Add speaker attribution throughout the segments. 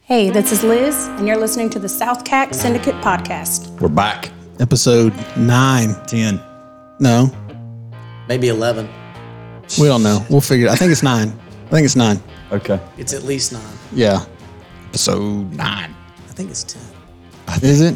Speaker 1: Hey, this is Liz, and you're listening to the South CAC Syndicate Podcast.
Speaker 2: We're back.
Speaker 3: Episode nine.
Speaker 2: 10.
Speaker 3: No,
Speaker 4: Maybe 11.
Speaker 3: we don't know. We'll figure it I think it's nine. I think it's nine.
Speaker 2: Okay.
Speaker 4: It's at least 9. I
Speaker 3: Yeah. Episode nine.
Speaker 4: think it's 10.
Speaker 3: Is it?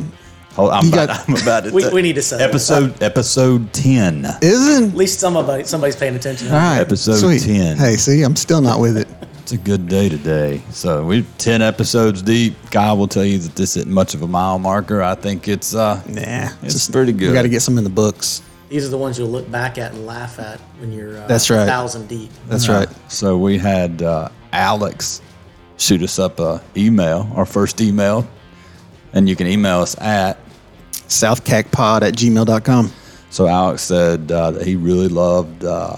Speaker 2: Hold- I'm,
Speaker 3: You
Speaker 2: about,
Speaker 3: got-
Speaker 2: I'm about it.
Speaker 4: We, we need to settle.
Speaker 2: Episode, episode 10.
Speaker 3: Isn't?
Speaker 4: At least somebody, somebody's paying attention.
Speaker 3: All right.
Speaker 2: Episode 10.
Speaker 3: Hey, see, I'm still not with it.
Speaker 2: It's a good day today. So we're 10 episodes deep. Guy will tell you that this isn't much of a mile marker. I think it's, uh,
Speaker 3: Nah.
Speaker 2: It's pretty good.
Speaker 3: We got to get some in the books.
Speaker 4: These are the ones you'll look back at and laugh at when you're uh,
Speaker 3: That's right.
Speaker 4: 1,000 deep.
Speaker 3: That's right.
Speaker 2: so we had uh, Alex shoot us up a email, our first email. And you can email us at
Speaker 3: Southcacpod at gmail.com.
Speaker 2: So Alex said uh, that he really loved uh,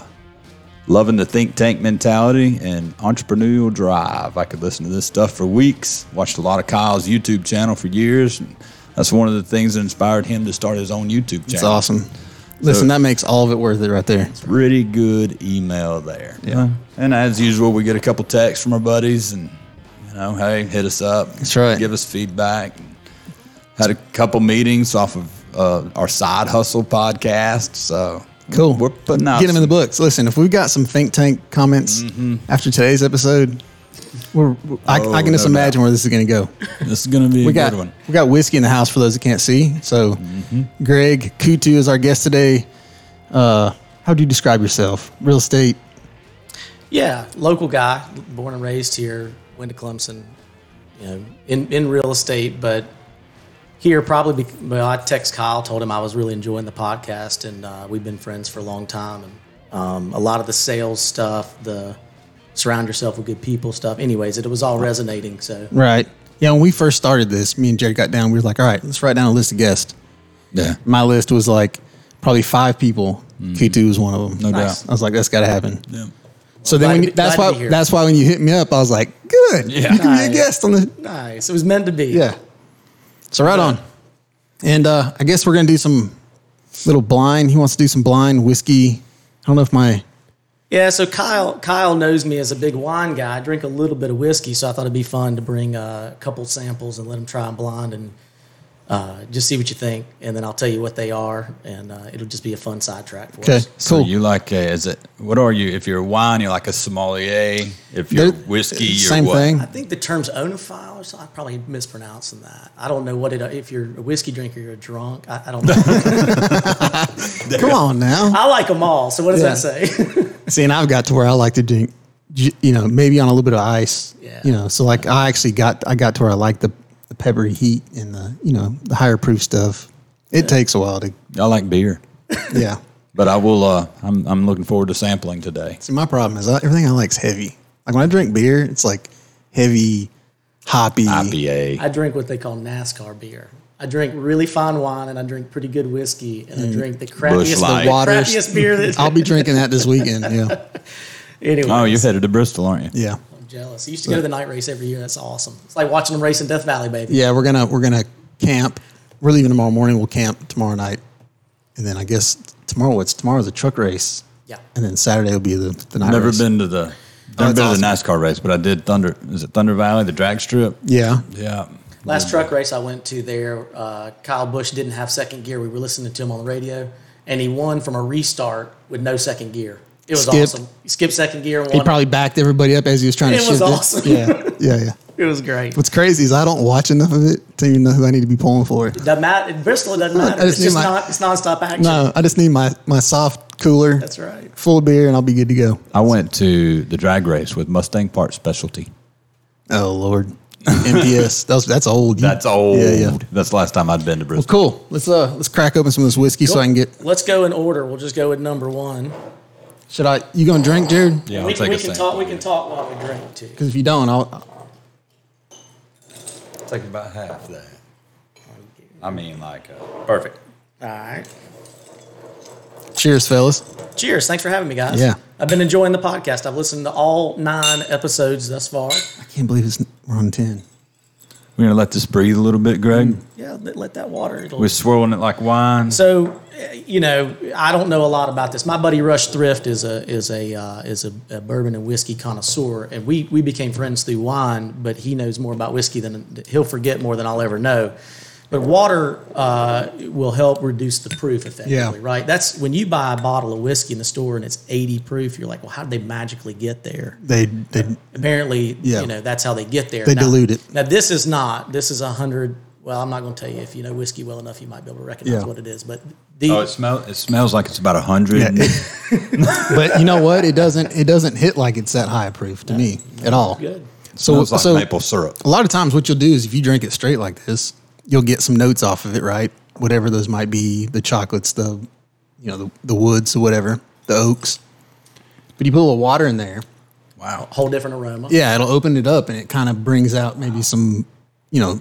Speaker 2: loving the think tank mentality and entrepreneurial drive. I could listen to this stuff for weeks. Watched a lot of Kyle's YouTube channel for years. And that's one of the things that inspired him to start his own YouTube channel.
Speaker 3: It's awesome. Listen, that makes all of it worth it right there.
Speaker 2: Pretty good email there. Yeah. And as usual, we get a couple texts from our buddies, and you know, hey, hit us up.
Speaker 3: That's right.
Speaker 2: Give us feedback. Had a couple meetings off of uh, our side hustle podcast. So
Speaker 3: Cool.
Speaker 2: We're putting out
Speaker 3: Get them in
Speaker 2: some-
Speaker 3: the books. Listen, if we've got some think tank comments after today's episode, we're, I, I can just
Speaker 2: no
Speaker 3: imagine where this is going to go.
Speaker 2: This is gonna be a
Speaker 3: We got
Speaker 2: good one. Mm-hmm.
Speaker 3: we got whiskey in the house for those that can't see. So, Greg Kutu is our guest today. Uh, how do you describe yourself? Real estate.
Speaker 4: Yeah, local guy, born and raised here, went to Clemson, you know, in, in real estate, but here probably, bec well, I text Kyle, told him I was really enjoying the podcast, and uh, we've been friends for a long time. And um, a lot of the sales stuff, the surround yourself with good people stuff, anyways, it was all resonating. So
Speaker 3: Right. Yeah. When we first started this, me and Jared got down. We were like, all right, let's write down a list of guests.
Speaker 2: Yeah.
Speaker 3: My list was like probably five people. Kutu was one of them.
Speaker 2: Mm. No doubt.
Speaker 3: I was like, that's got to happen.
Speaker 2: Yeah.
Speaker 3: So then
Speaker 4: Glad
Speaker 3: when
Speaker 4: to
Speaker 3: you,
Speaker 4: be-
Speaker 3: that's
Speaker 4: glad to
Speaker 3: why
Speaker 4: be here.
Speaker 3: that's why when you hit me up, I was like, good.
Speaker 2: Yeah.
Speaker 3: You can be a
Speaker 4: Nice.
Speaker 3: guest on the
Speaker 4: nice. It was meant to be.
Speaker 3: Yeah. So right on. And uh, I guess we're gonna do some little blind. He wants to do some blind whiskey. I don't know if my
Speaker 4: Yeah, so Kyle Kyle knows me as a big wine guy. I drink a little bit of whiskey, so I thought it'd be fun to bring uh, a couple samples and let him try them blind and uh, just see what you think, and then I'll tell you what they are, and uh, it'll just be a fun sidetrack for
Speaker 3: okay,
Speaker 4: us.
Speaker 2: So
Speaker 3: cool.
Speaker 2: you like a, is it what are you? If you're wine, you're like a sommelier. If you're
Speaker 3: They're-
Speaker 2: whiskey, you're
Speaker 3: same
Speaker 2: what?
Speaker 3: thing.
Speaker 4: I think the term's onophile, or so I'm probably mispronouncing that. I don't know what it. If you're a whiskey drinker, you're a drunk. I, I don't know.
Speaker 3: Come on now.
Speaker 4: I like them all. So what does
Speaker 3: Yeah.
Speaker 4: that say?
Speaker 3: See, and I've got to where I like to drink, j- you know, maybe on a little bit of ice.
Speaker 4: Yeah.
Speaker 3: You know, so like I actually got I got to where I like the, the peppery heat and the you know the higher proof stuff. It takes a while to
Speaker 2: I like beer,
Speaker 3: yeah.
Speaker 2: but I will. Uh, I'm I'm looking forward to sampling today.
Speaker 3: See, my problem is I, everything I like's heavy. Like when I drink beer, it's like heavy, hoppy.
Speaker 2: IPA.
Speaker 4: I drink what they call NASCAR beer. I drink really fine wine, and I drink pretty good whiskey, and I drink the crappiest,
Speaker 2: Mm. Light.
Speaker 4: the
Speaker 3: Waters.
Speaker 4: crappiest beer. That,
Speaker 3: I'll be drinking that this weekend. Yeah,
Speaker 4: anyway.
Speaker 2: Oh, you're headed to Bristol, aren't you?
Speaker 3: yeah,
Speaker 4: I'm jealous. I used to go to the night race every year. That's awesome. It's like watching them race in Death Valley, baby.
Speaker 3: yeah. We're gonna we're gonna camp. We're leaving tomorrow morning. We'll camp tomorrow night, and then I guess tomorrow it's tomorrow's a truck race,
Speaker 4: Yeah.
Speaker 3: and then Saturday will be the the night.
Speaker 2: Never
Speaker 3: race.
Speaker 2: been to the never
Speaker 3: that's
Speaker 2: been to the NASCAR race, but I did Thunder. Is it Thunder Valley, the drag strip?
Speaker 3: Yeah,
Speaker 2: Yeah.
Speaker 4: Last truck race I went to there, uh, Kyle Bush didn't have second gear. We were listening to him on the radio, and he won from a restart with no second gear. It was
Speaker 3: Skipped.
Speaker 4: awesome. He skipped second gear and
Speaker 3: he
Speaker 4: won.
Speaker 3: probably backed everybody up as he was trying to
Speaker 4: It was
Speaker 3: shift
Speaker 4: awesome.
Speaker 3: Yeah, yeah, yeah.
Speaker 4: it was great.
Speaker 3: What's crazy is I don't watch enough of it to even know who I need to be pulling for.
Speaker 4: Doesn't matter. in Bristol, it doesn't matter.
Speaker 3: I
Speaker 4: It's
Speaker 3: just
Speaker 4: just
Speaker 3: knew my-
Speaker 4: not, it's nonstop action.
Speaker 3: No, I just need my my soft cooler.
Speaker 4: That's right.
Speaker 3: Full of beer, and I'll be good to go.
Speaker 2: I went to the drag race with Mustang Parts Specialty.
Speaker 3: Oh Lord, MPS. That's that's old. You-
Speaker 2: That's old.
Speaker 3: Yeah, yeah.
Speaker 2: That's the last time I'd been to Bristol.
Speaker 3: Cool. Let's uh let's crack open some of this whiskey so I can get.
Speaker 4: Let's go in order. We'll just go with number one.
Speaker 3: Should I? You gonna drink, Jared?
Speaker 2: Yeah, I'll
Speaker 4: we
Speaker 2: take
Speaker 4: we
Speaker 2: a
Speaker 4: can
Speaker 2: second.
Speaker 4: talk. We can talk while we drink too.
Speaker 3: Because if you don't, I'll.
Speaker 2: Take about half that. I mean, like uh, perfect.
Speaker 4: All right.
Speaker 3: Cheers, fellas.
Speaker 4: Cheers. Thanks for having me, guys.
Speaker 3: Yeah.
Speaker 4: I've been enjoying the podcast. I've listened to all nine episodes thus far.
Speaker 3: I can't believe it's we're on ten.
Speaker 2: We We're gonna let this breathe a little bit, Greg.
Speaker 4: Yeah, let, let that water. It'll,
Speaker 2: We're swirling it like wine.
Speaker 4: So, uh, you know, I don't know a lot about this. My buddy Rush Thrift is a is a uh, is a, a bourbon and whiskey connoisseur, and we we became friends through wine. But he knows more about whiskey than he'll forget more than I'll ever know. But water uh, will help reduce the proof effectively,
Speaker 3: Yeah.
Speaker 4: right? That's when you buy a bottle of whiskey in the store and it's 80 proof. You're like, well, how did they magically get there?
Speaker 3: They they
Speaker 4: apparently
Speaker 3: Yeah.
Speaker 4: you know that's how they get there
Speaker 3: They dilute it.
Speaker 4: now this is not this is a hundred well i'm not going to tell you if you know whiskey well enough you might be able to recognize
Speaker 3: Yeah.
Speaker 4: what it is but the
Speaker 2: Oh, it smells. It smells like it's about a hundred.
Speaker 3: Yeah. but you know what? It doesn't it doesn't hit like it's that high proof to me at all.
Speaker 4: good
Speaker 3: So
Speaker 2: smells like
Speaker 3: so
Speaker 2: maple syrup.
Speaker 3: a lot of times what you'll do is if you drink it straight like this, you'll get some notes off of it, right? Whatever those might be, the chocolates, the you know, the, the woods or whatever, the oaks. But you put a little water in there.
Speaker 2: Wow.
Speaker 4: whole different aroma
Speaker 3: Yeah, it'll open it up and it kind of brings out maybe some, you know,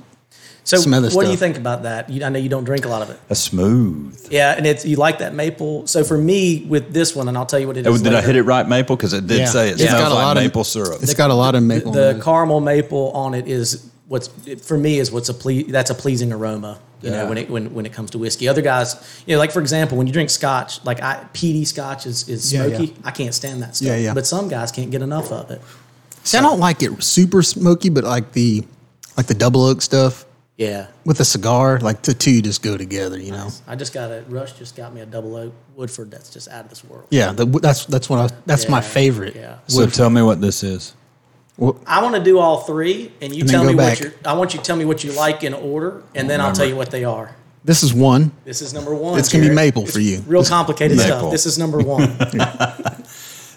Speaker 4: so
Speaker 3: some other
Speaker 4: what do
Speaker 3: stuff.
Speaker 4: you think about that you, i know you don't drink a lot of it
Speaker 2: That's smooth.
Speaker 4: yeah and it's you like that maple so for me with this one and i'll tell you what it is
Speaker 2: Oh, did I
Speaker 4: later,
Speaker 2: hit it right, maple? Because it did
Speaker 3: Yeah.
Speaker 2: say it
Speaker 3: It's
Speaker 2: smells
Speaker 3: got a
Speaker 2: like
Speaker 3: lot of-
Speaker 2: maple syrup.
Speaker 3: it's got a lot of maple. in
Speaker 4: the
Speaker 3: it.
Speaker 4: caramel maple on it is what's it- for me is what's a ple- that's a pleasing aroma you
Speaker 2: Yeah.
Speaker 4: know when it when, when it comes to whiskey other guys you know like for example when you drink scotch like I, peaty scotch is, is
Speaker 3: Yeah,
Speaker 4: smoky
Speaker 3: yeah.
Speaker 4: i can't stand that stuff
Speaker 3: Yeah, yeah.
Speaker 4: but some guys can't get enough of it
Speaker 3: See, I don't like it super smoky, but like the like the double oak stuff
Speaker 4: yeah
Speaker 3: with a cigar, like the two just go together, you know.
Speaker 4: i just got a rush just got me a double oak woodford that's just out of this world
Speaker 3: Yeah, the, that's that's what I that's my
Speaker 4: Yeah,
Speaker 3: favorite.
Speaker 4: yeah.
Speaker 2: So tell me what this is.
Speaker 4: i want to do all three and you
Speaker 3: And then
Speaker 4: tell
Speaker 3: go
Speaker 4: me
Speaker 3: back.
Speaker 4: what you i want you to tell me what you like in order and then i'll tell you what they are
Speaker 3: This is one.
Speaker 4: this is number one
Speaker 3: It's gonna be
Speaker 4: Jared.
Speaker 3: maple for you.
Speaker 4: real complicated
Speaker 2: Maple.
Speaker 4: stuff this is number one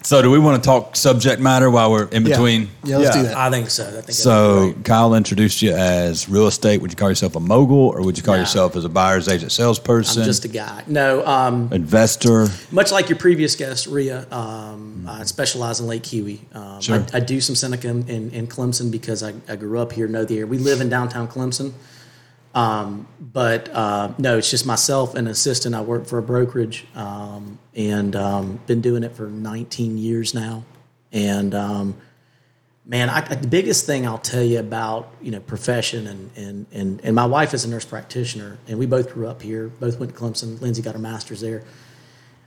Speaker 2: So do we want to talk subject matter while we're in
Speaker 3: Yeah.
Speaker 2: between?
Speaker 3: Yeah, let's do that.
Speaker 4: i think so i think that's
Speaker 2: So Kyle introduced you as real estate. Would you call yourself a mogul, or would you call
Speaker 4: Nah.
Speaker 2: yourself as a buyer's agent, salesperson,
Speaker 4: I'm just a guy. No, um,
Speaker 2: investor?
Speaker 4: much like your previous guest, Rhea, um, I specialize in Lake Huey. Um,
Speaker 2: Sure.
Speaker 4: I, I do some Seneca in, in, in Clemson because I, I grew up here, know the area. We live in downtown Clemson. Um, but uh, no, it's just myself and an assistant. I work for a brokerage um, and um, been doing it for 19 years now. And um, man, I, the biggest thing I'll tell you about you know profession and and and and my wife is a nurse practitioner, and we both grew up here, both went to Clemson. Lindsay got her master's there.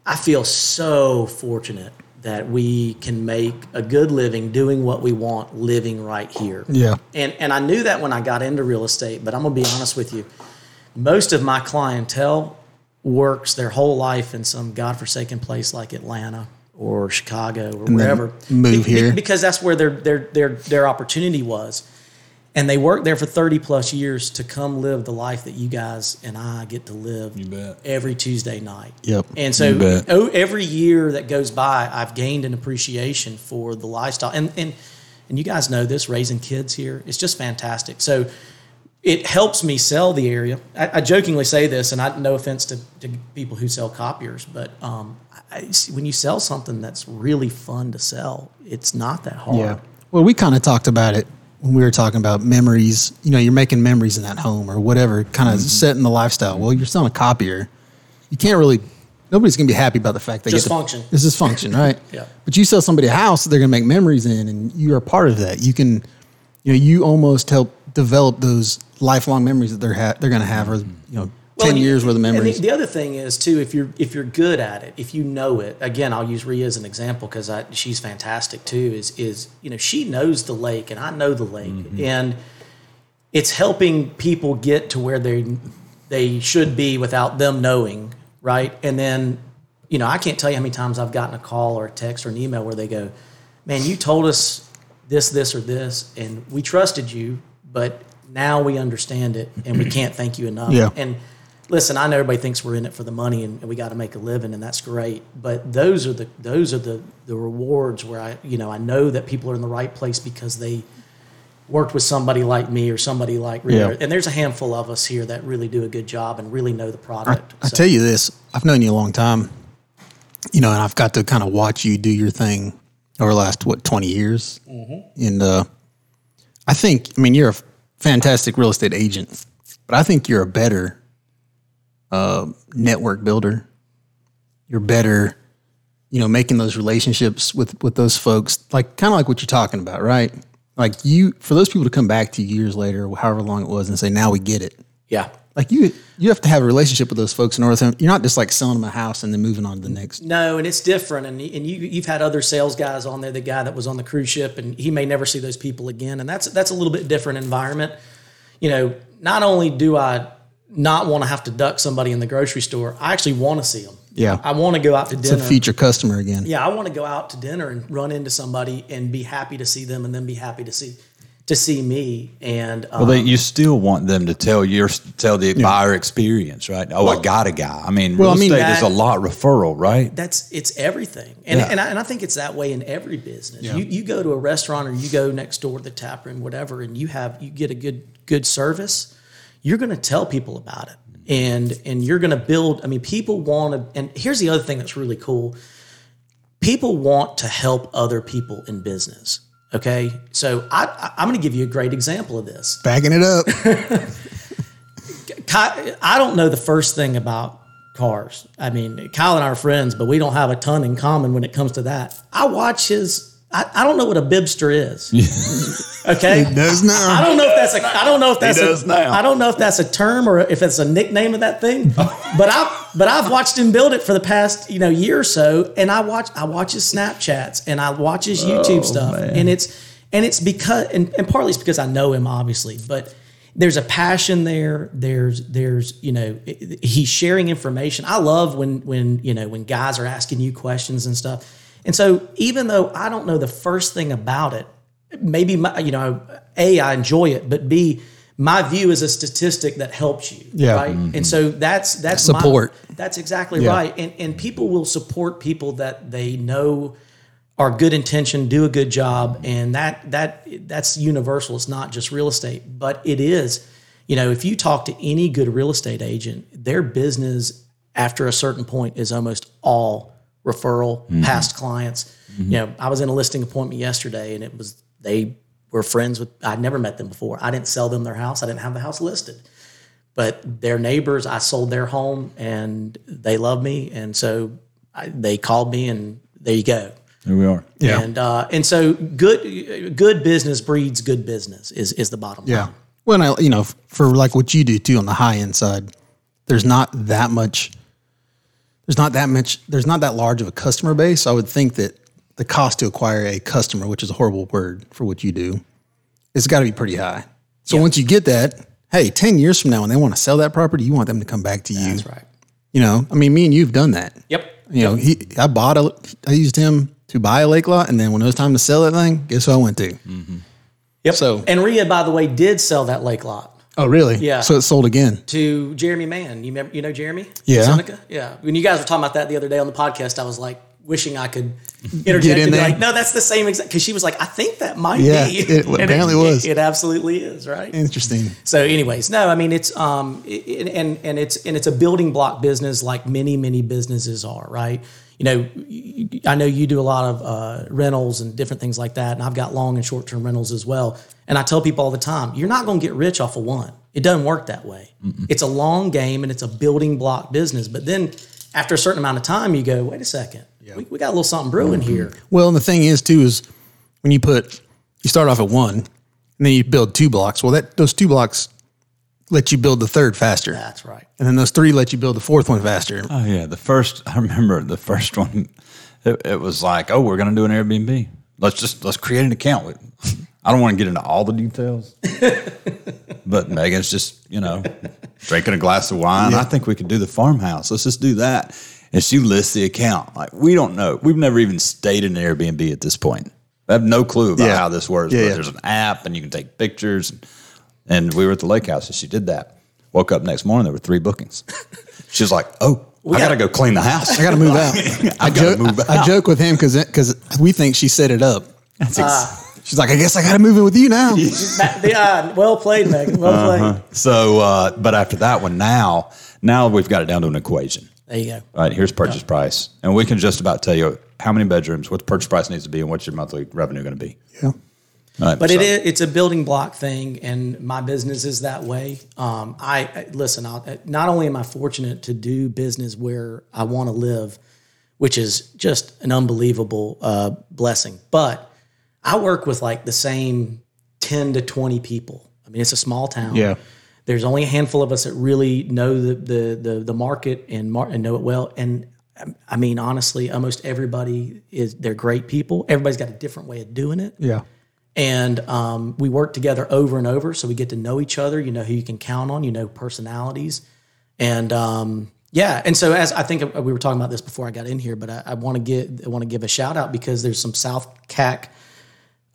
Speaker 4: I feel so fortunate that we can make a good living doing what we want, living right here.
Speaker 3: Yeah.
Speaker 4: And and I knew that when I got into real estate, but I'm gonna be honest with you, most of my clientele works their whole life in some godforsaken place like Atlanta or Chicago or wherever.
Speaker 3: move here.
Speaker 4: because that's where their their their their opportunity was. And they worked there for 30 plus years to come live the life that you guys and I get to live
Speaker 2: bet.
Speaker 4: every Tuesday night.
Speaker 3: Yep.
Speaker 4: And so
Speaker 2: You bet.
Speaker 4: oh, every year that goes by, I've gained an appreciation for the lifestyle. And and and you guys know this, raising kids here, it's just fantastic. So it helps me sell the area. I, I jokingly say this, and I no offense to, to people who sell copiers, but um, I, when you sell something that's really fun to sell, it's not that hard.
Speaker 3: Yeah. Well, we kind of talked about it when we were talking about memories. You know, you're making memories in that home or whatever, kind
Speaker 4: Mm-hmm.
Speaker 3: of setting the lifestyle. Well, you're selling a copier. You can't really. Nobody's gonna be happy about the fact they
Speaker 4: Just
Speaker 3: get to-
Speaker 4: function.
Speaker 3: This is function, right?
Speaker 4: Yeah.
Speaker 3: But you sell somebody a house, they're gonna make memories in, and you are a part of that. You can, you know, you almost help develop those lifelong memories that they're ha- they're gonna have, or you know,
Speaker 4: Well,
Speaker 3: ten
Speaker 4: and-
Speaker 3: years worth of
Speaker 4: and the-
Speaker 3: memories.
Speaker 4: the other thing is too, if you're if you're good at it, if you know it. Again, I'll use Rhea as an example because she's fantastic too. Is is you know she knows the lake and I know the lake,
Speaker 3: Mm-hmm.
Speaker 4: and it's helping people get to where they they should be without them knowing, right? And then you know I can't tell you how many times I've gotten a call or a text or an email where they go, "Man, you told us this, this, or this, and we trusted you, but." Now we understand it, and we can't thank you enough.
Speaker 3: Yeah.
Speaker 4: And listen, I know everybody thinks we're in it for the money and, and we got to make a living, and that's great. But those are the those are the the rewards where I you know I know that people are in the right place because they worked with somebody like me or somebody like Rita.
Speaker 3: Yeah.
Speaker 4: And there's a handful of us here that really do a good job and really know the product.
Speaker 3: I tell you this, I've known you a long time, you know, and I've got to kind of watch you do your thing over the last what twenty years, and uh, I think, I mean, you're a fantastic real estate agent, but I think you're a better uh, network builder. You're better, you know, making those relationships with with those folks, like kind of like what you're talking about, right? Like you, for those people to come back to you years later, however long it was, and say, "Now we get it."
Speaker 4: Yeah.
Speaker 3: Like you, you have to have a relationship with those folks in order. To, you're not just like selling them a house and then moving on to the next.
Speaker 4: No, and it's different. And and you you've had other sales guys on there. The guy that was on the cruise ship, and he may never see those people again. And that's that's a little bit different environment. You know, not only do I not want to have to duck somebody in the grocery store, I actually want to see them.
Speaker 3: Yeah.
Speaker 4: I want to go out to
Speaker 3: It's a
Speaker 4: dinner.
Speaker 3: future customer again.
Speaker 4: yeah, I want to go out to dinner and run into somebody and be happy to see them, and then be happy to see to see me. And um,
Speaker 2: Well, they, you still want them to tell your tell the buyer experience, right? Oh, I got a guy. I mean, real
Speaker 3: I mean
Speaker 2: estate
Speaker 4: that-
Speaker 2: is a lot referral, right?
Speaker 4: that's it's everything and,
Speaker 2: Yeah.
Speaker 4: and, I, and I think it's that way in every business you, you go to a restaurant or you go next door to the tap room whatever and you have you get a good good service you're going to tell people about it and and you're going to build i mean people want to and here's the other thing that's really cool people want to help other people in business okay so i I- i'm going to give you a great example of this
Speaker 3: Backing it up.
Speaker 4: Ky- I don't know the first thing about cars. I mean, Kyle and I are friends, but we don't have a ton in common when it comes to that. I watch his. I, I don't know what a bibster is. okay.
Speaker 3: Does
Speaker 4: I
Speaker 3: not.
Speaker 4: don't know if that's a. I don't know if that's
Speaker 2: does
Speaker 4: a.
Speaker 2: now.
Speaker 4: I don't know if that's a term or if it's a nickname of that thing. but I. But I've watched him build it for the past you know year or so, and I watch. I watch his Snapchats and I watch his
Speaker 2: Oh,
Speaker 4: YouTube stuff, and it's and it's because and, and partly it's because I know him obviously, but there's a passion there. There's there's you know i- i- he's sharing information. I love when when you know when guys are asking you questions and stuff. And so even though I don't know the first thing about it, maybe my, you know a i enjoy it but b my view is a statistic that helps you
Speaker 3: Yeah.
Speaker 4: right and so that's that's
Speaker 3: Support.
Speaker 4: my, that's exactly
Speaker 3: Yeah.
Speaker 4: right and and people will support people that they know are good intention do a good job and that that that's universal it's not just real estate but it is you know if you talk to any good real estate agent their business after a certain point is almost all referral
Speaker 3: Mm-hmm.
Speaker 4: past clients you know i was in a listing appointment yesterday and it was they were friends with i'd never met them before i didn't sell them their house i didn't have the house listed but their neighbors i sold their home and they love me and so I, they called me and there you go
Speaker 2: Here we are.
Speaker 3: Yeah.
Speaker 4: and uh, and so good good business breeds good business is is the bottom
Speaker 3: Yeah.
Speaker 4: line.
Speaker 3: Well, and I, you know, f- for like what you do too on the high end side, there's not that much. There's not that much. There's not that large of a customer base. I would think that the cost to acquire a customer, which is a horrible word for what you do, it's got to be pretty high. So once you get that, hey, ten years from now, when they want to sell that property, you want them to come back to you. That's
Speaker 4: right.
Speaker 3: You know, I mean, me and you've done that.
Speaker 4: Yep.
Speaker 3: You know, he I bought a I used him to buy a lake lot, and then when it was time to sell that thing, guess who I went to?
Speaker 4: Yep.
Speaker 3: So-
Speaker 4: and Rhea, by the way, did sell that lake lot
Speaker 3: Oh, really?
Speaker 4: Yeah.
Speaker 3: So it sold again.
Speaker 4: to Jeremy Mann. You remember, you know Jeremy?
Speaker 3: Yeah.
Speaker 4: Seneca? Yeah. When you guys were talking about that the other day on the podcast, I was like wishing I could interject
Speaker 3: in
Speaker 4: and be
Speaker 3: there.
Speaker 4: like, no, that's the same exact. Because she was like, I think that might
Speaker 3: Yeah,
Speaker 4: be.
Speaker 3: it
Speaker 4: And
Speaker 3: apparently was.
Speaker 4: It, absolutely is, right?
Speaker 3: Interesting.
Speaker 4: So, anyways, no, I mean it's um i- i- and and it's and it's a building block business like many many businesses are, right? You know, y- y- I know you do a lot of uh, rentals and different things like that, and I've got long and short term rentals as well. And I tell people all the time, you're not going to get rich off of one. It doesn't work that way. It's a long game and it's a building block business. But then after a certain amount of time, you go, wait a second, we, we got a little something brewing here.
Speaker 3: Well, and the thing is too is when you put you start off at one and then you build two blocks. Well, that those two blocks let you build the third faster,
Speaker 4: That's right.
Speaker 3: and then those three let you build the fourth one faster.
Speaker 2: Oh yeah, the first I remember the first one. It, it was like, oh, we're gonna do an Airbnb. Let's just let's create an account. with- I don't want to get into all the details, but Megan's just you know drinking a glass of wine. I think we could do the farmhouse. Let's just do that. And she lists the account. Like we don't know. We've never even stayed in an Airbnb at this point. I have no clue about
Speaker 3: Yeah.
Speaker 2: how this works.
Speaker 3: Yeah,
Speaker 2: but
Speaker 3: yeah.
Speaker 2: there's an app, and you can take pictures. And we were at the lake house, and she did that. Woke up next morning, there were three bookings. She was like, "Oh, I gotta go clean the house.
Speaker 3: I got to move out.
Speaker 2: I gotta
Speaker 3: joke,
Speaker 2: move out."
Speaker 3: I joke with him because because we think she set it up.
Speaker 2: That's ex-
Speaker 3: She's like, I guess I got to move in with you now.
Speaker 4: Back- the, uh, well played, Megan. Well played.
Speaker 2: so, uh, but after that one, now now we've got it down to an equation.
Speaker 4: There you go.
Speaker 2: All right, here's purchase price, and we can just about tell you how many bedrooms, what the purchase price needs to be, and what's your monthly revenue going to be.
Speaker 3: Yeah.
Speaker 2: All right,
Speaker 4: But
Speaker 2: so-
Speaker 4: it is, it's a building block thing, and my business is that way. Um, I I- listen. I'll, uh, not only am I fortunate to do business where I want to live, which is just an unbelievable uh, blessing, but I work with like the same ten to twenty people. I mean, it's a small town.
Speaker 3: Yeah.
Speaker 4: there's only a handful of us that really know the the the, the market and mar- and know it well. And um, I mean, honestly, almost everybody is they're great people. Everybody's got a different way of doing it
Speaker 3: Yeah.
Speaker 4: and um, we work together over and over so we get to know each other you know who you can count on you know personalities and um, yeah and so as i think uh, we were talking about this before i got in here but i, I want to get i want to give a shout out because there's some south cac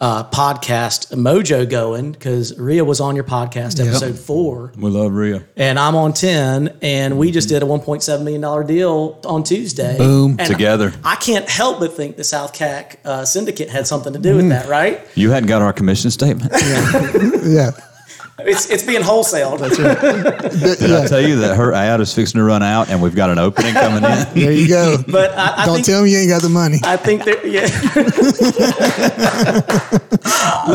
Speaker 4: uh, podcast mojo going because Rhea was on your podcast episode four
Speaker 2: We love Rhea.
Speaker 4: and I'm on 10 and we just did a 1.7 million dollar deal on Tuesday
Speaker 3: Boom.
Speaker 4: And
Speaker 2: Together.
Speaker 4: I, can't help but think the South CAC uh, syndicate had something to do with that right
Speaker 2: You hadn't got our commission statement.
Speaker 3: Yeah.
Speaker 4: It's it's being wholesaled.
Speaker 2: Did I tell you that her ad is fixing to run out and we've got an opening coming in?
Speaker 3: There you go.
Speaker 4: But I, I
Speaker 3: Don't
Speaker 4: think
Speaker 3: tell me you ain't got the money.
Speaker 4: I think that yeah. But,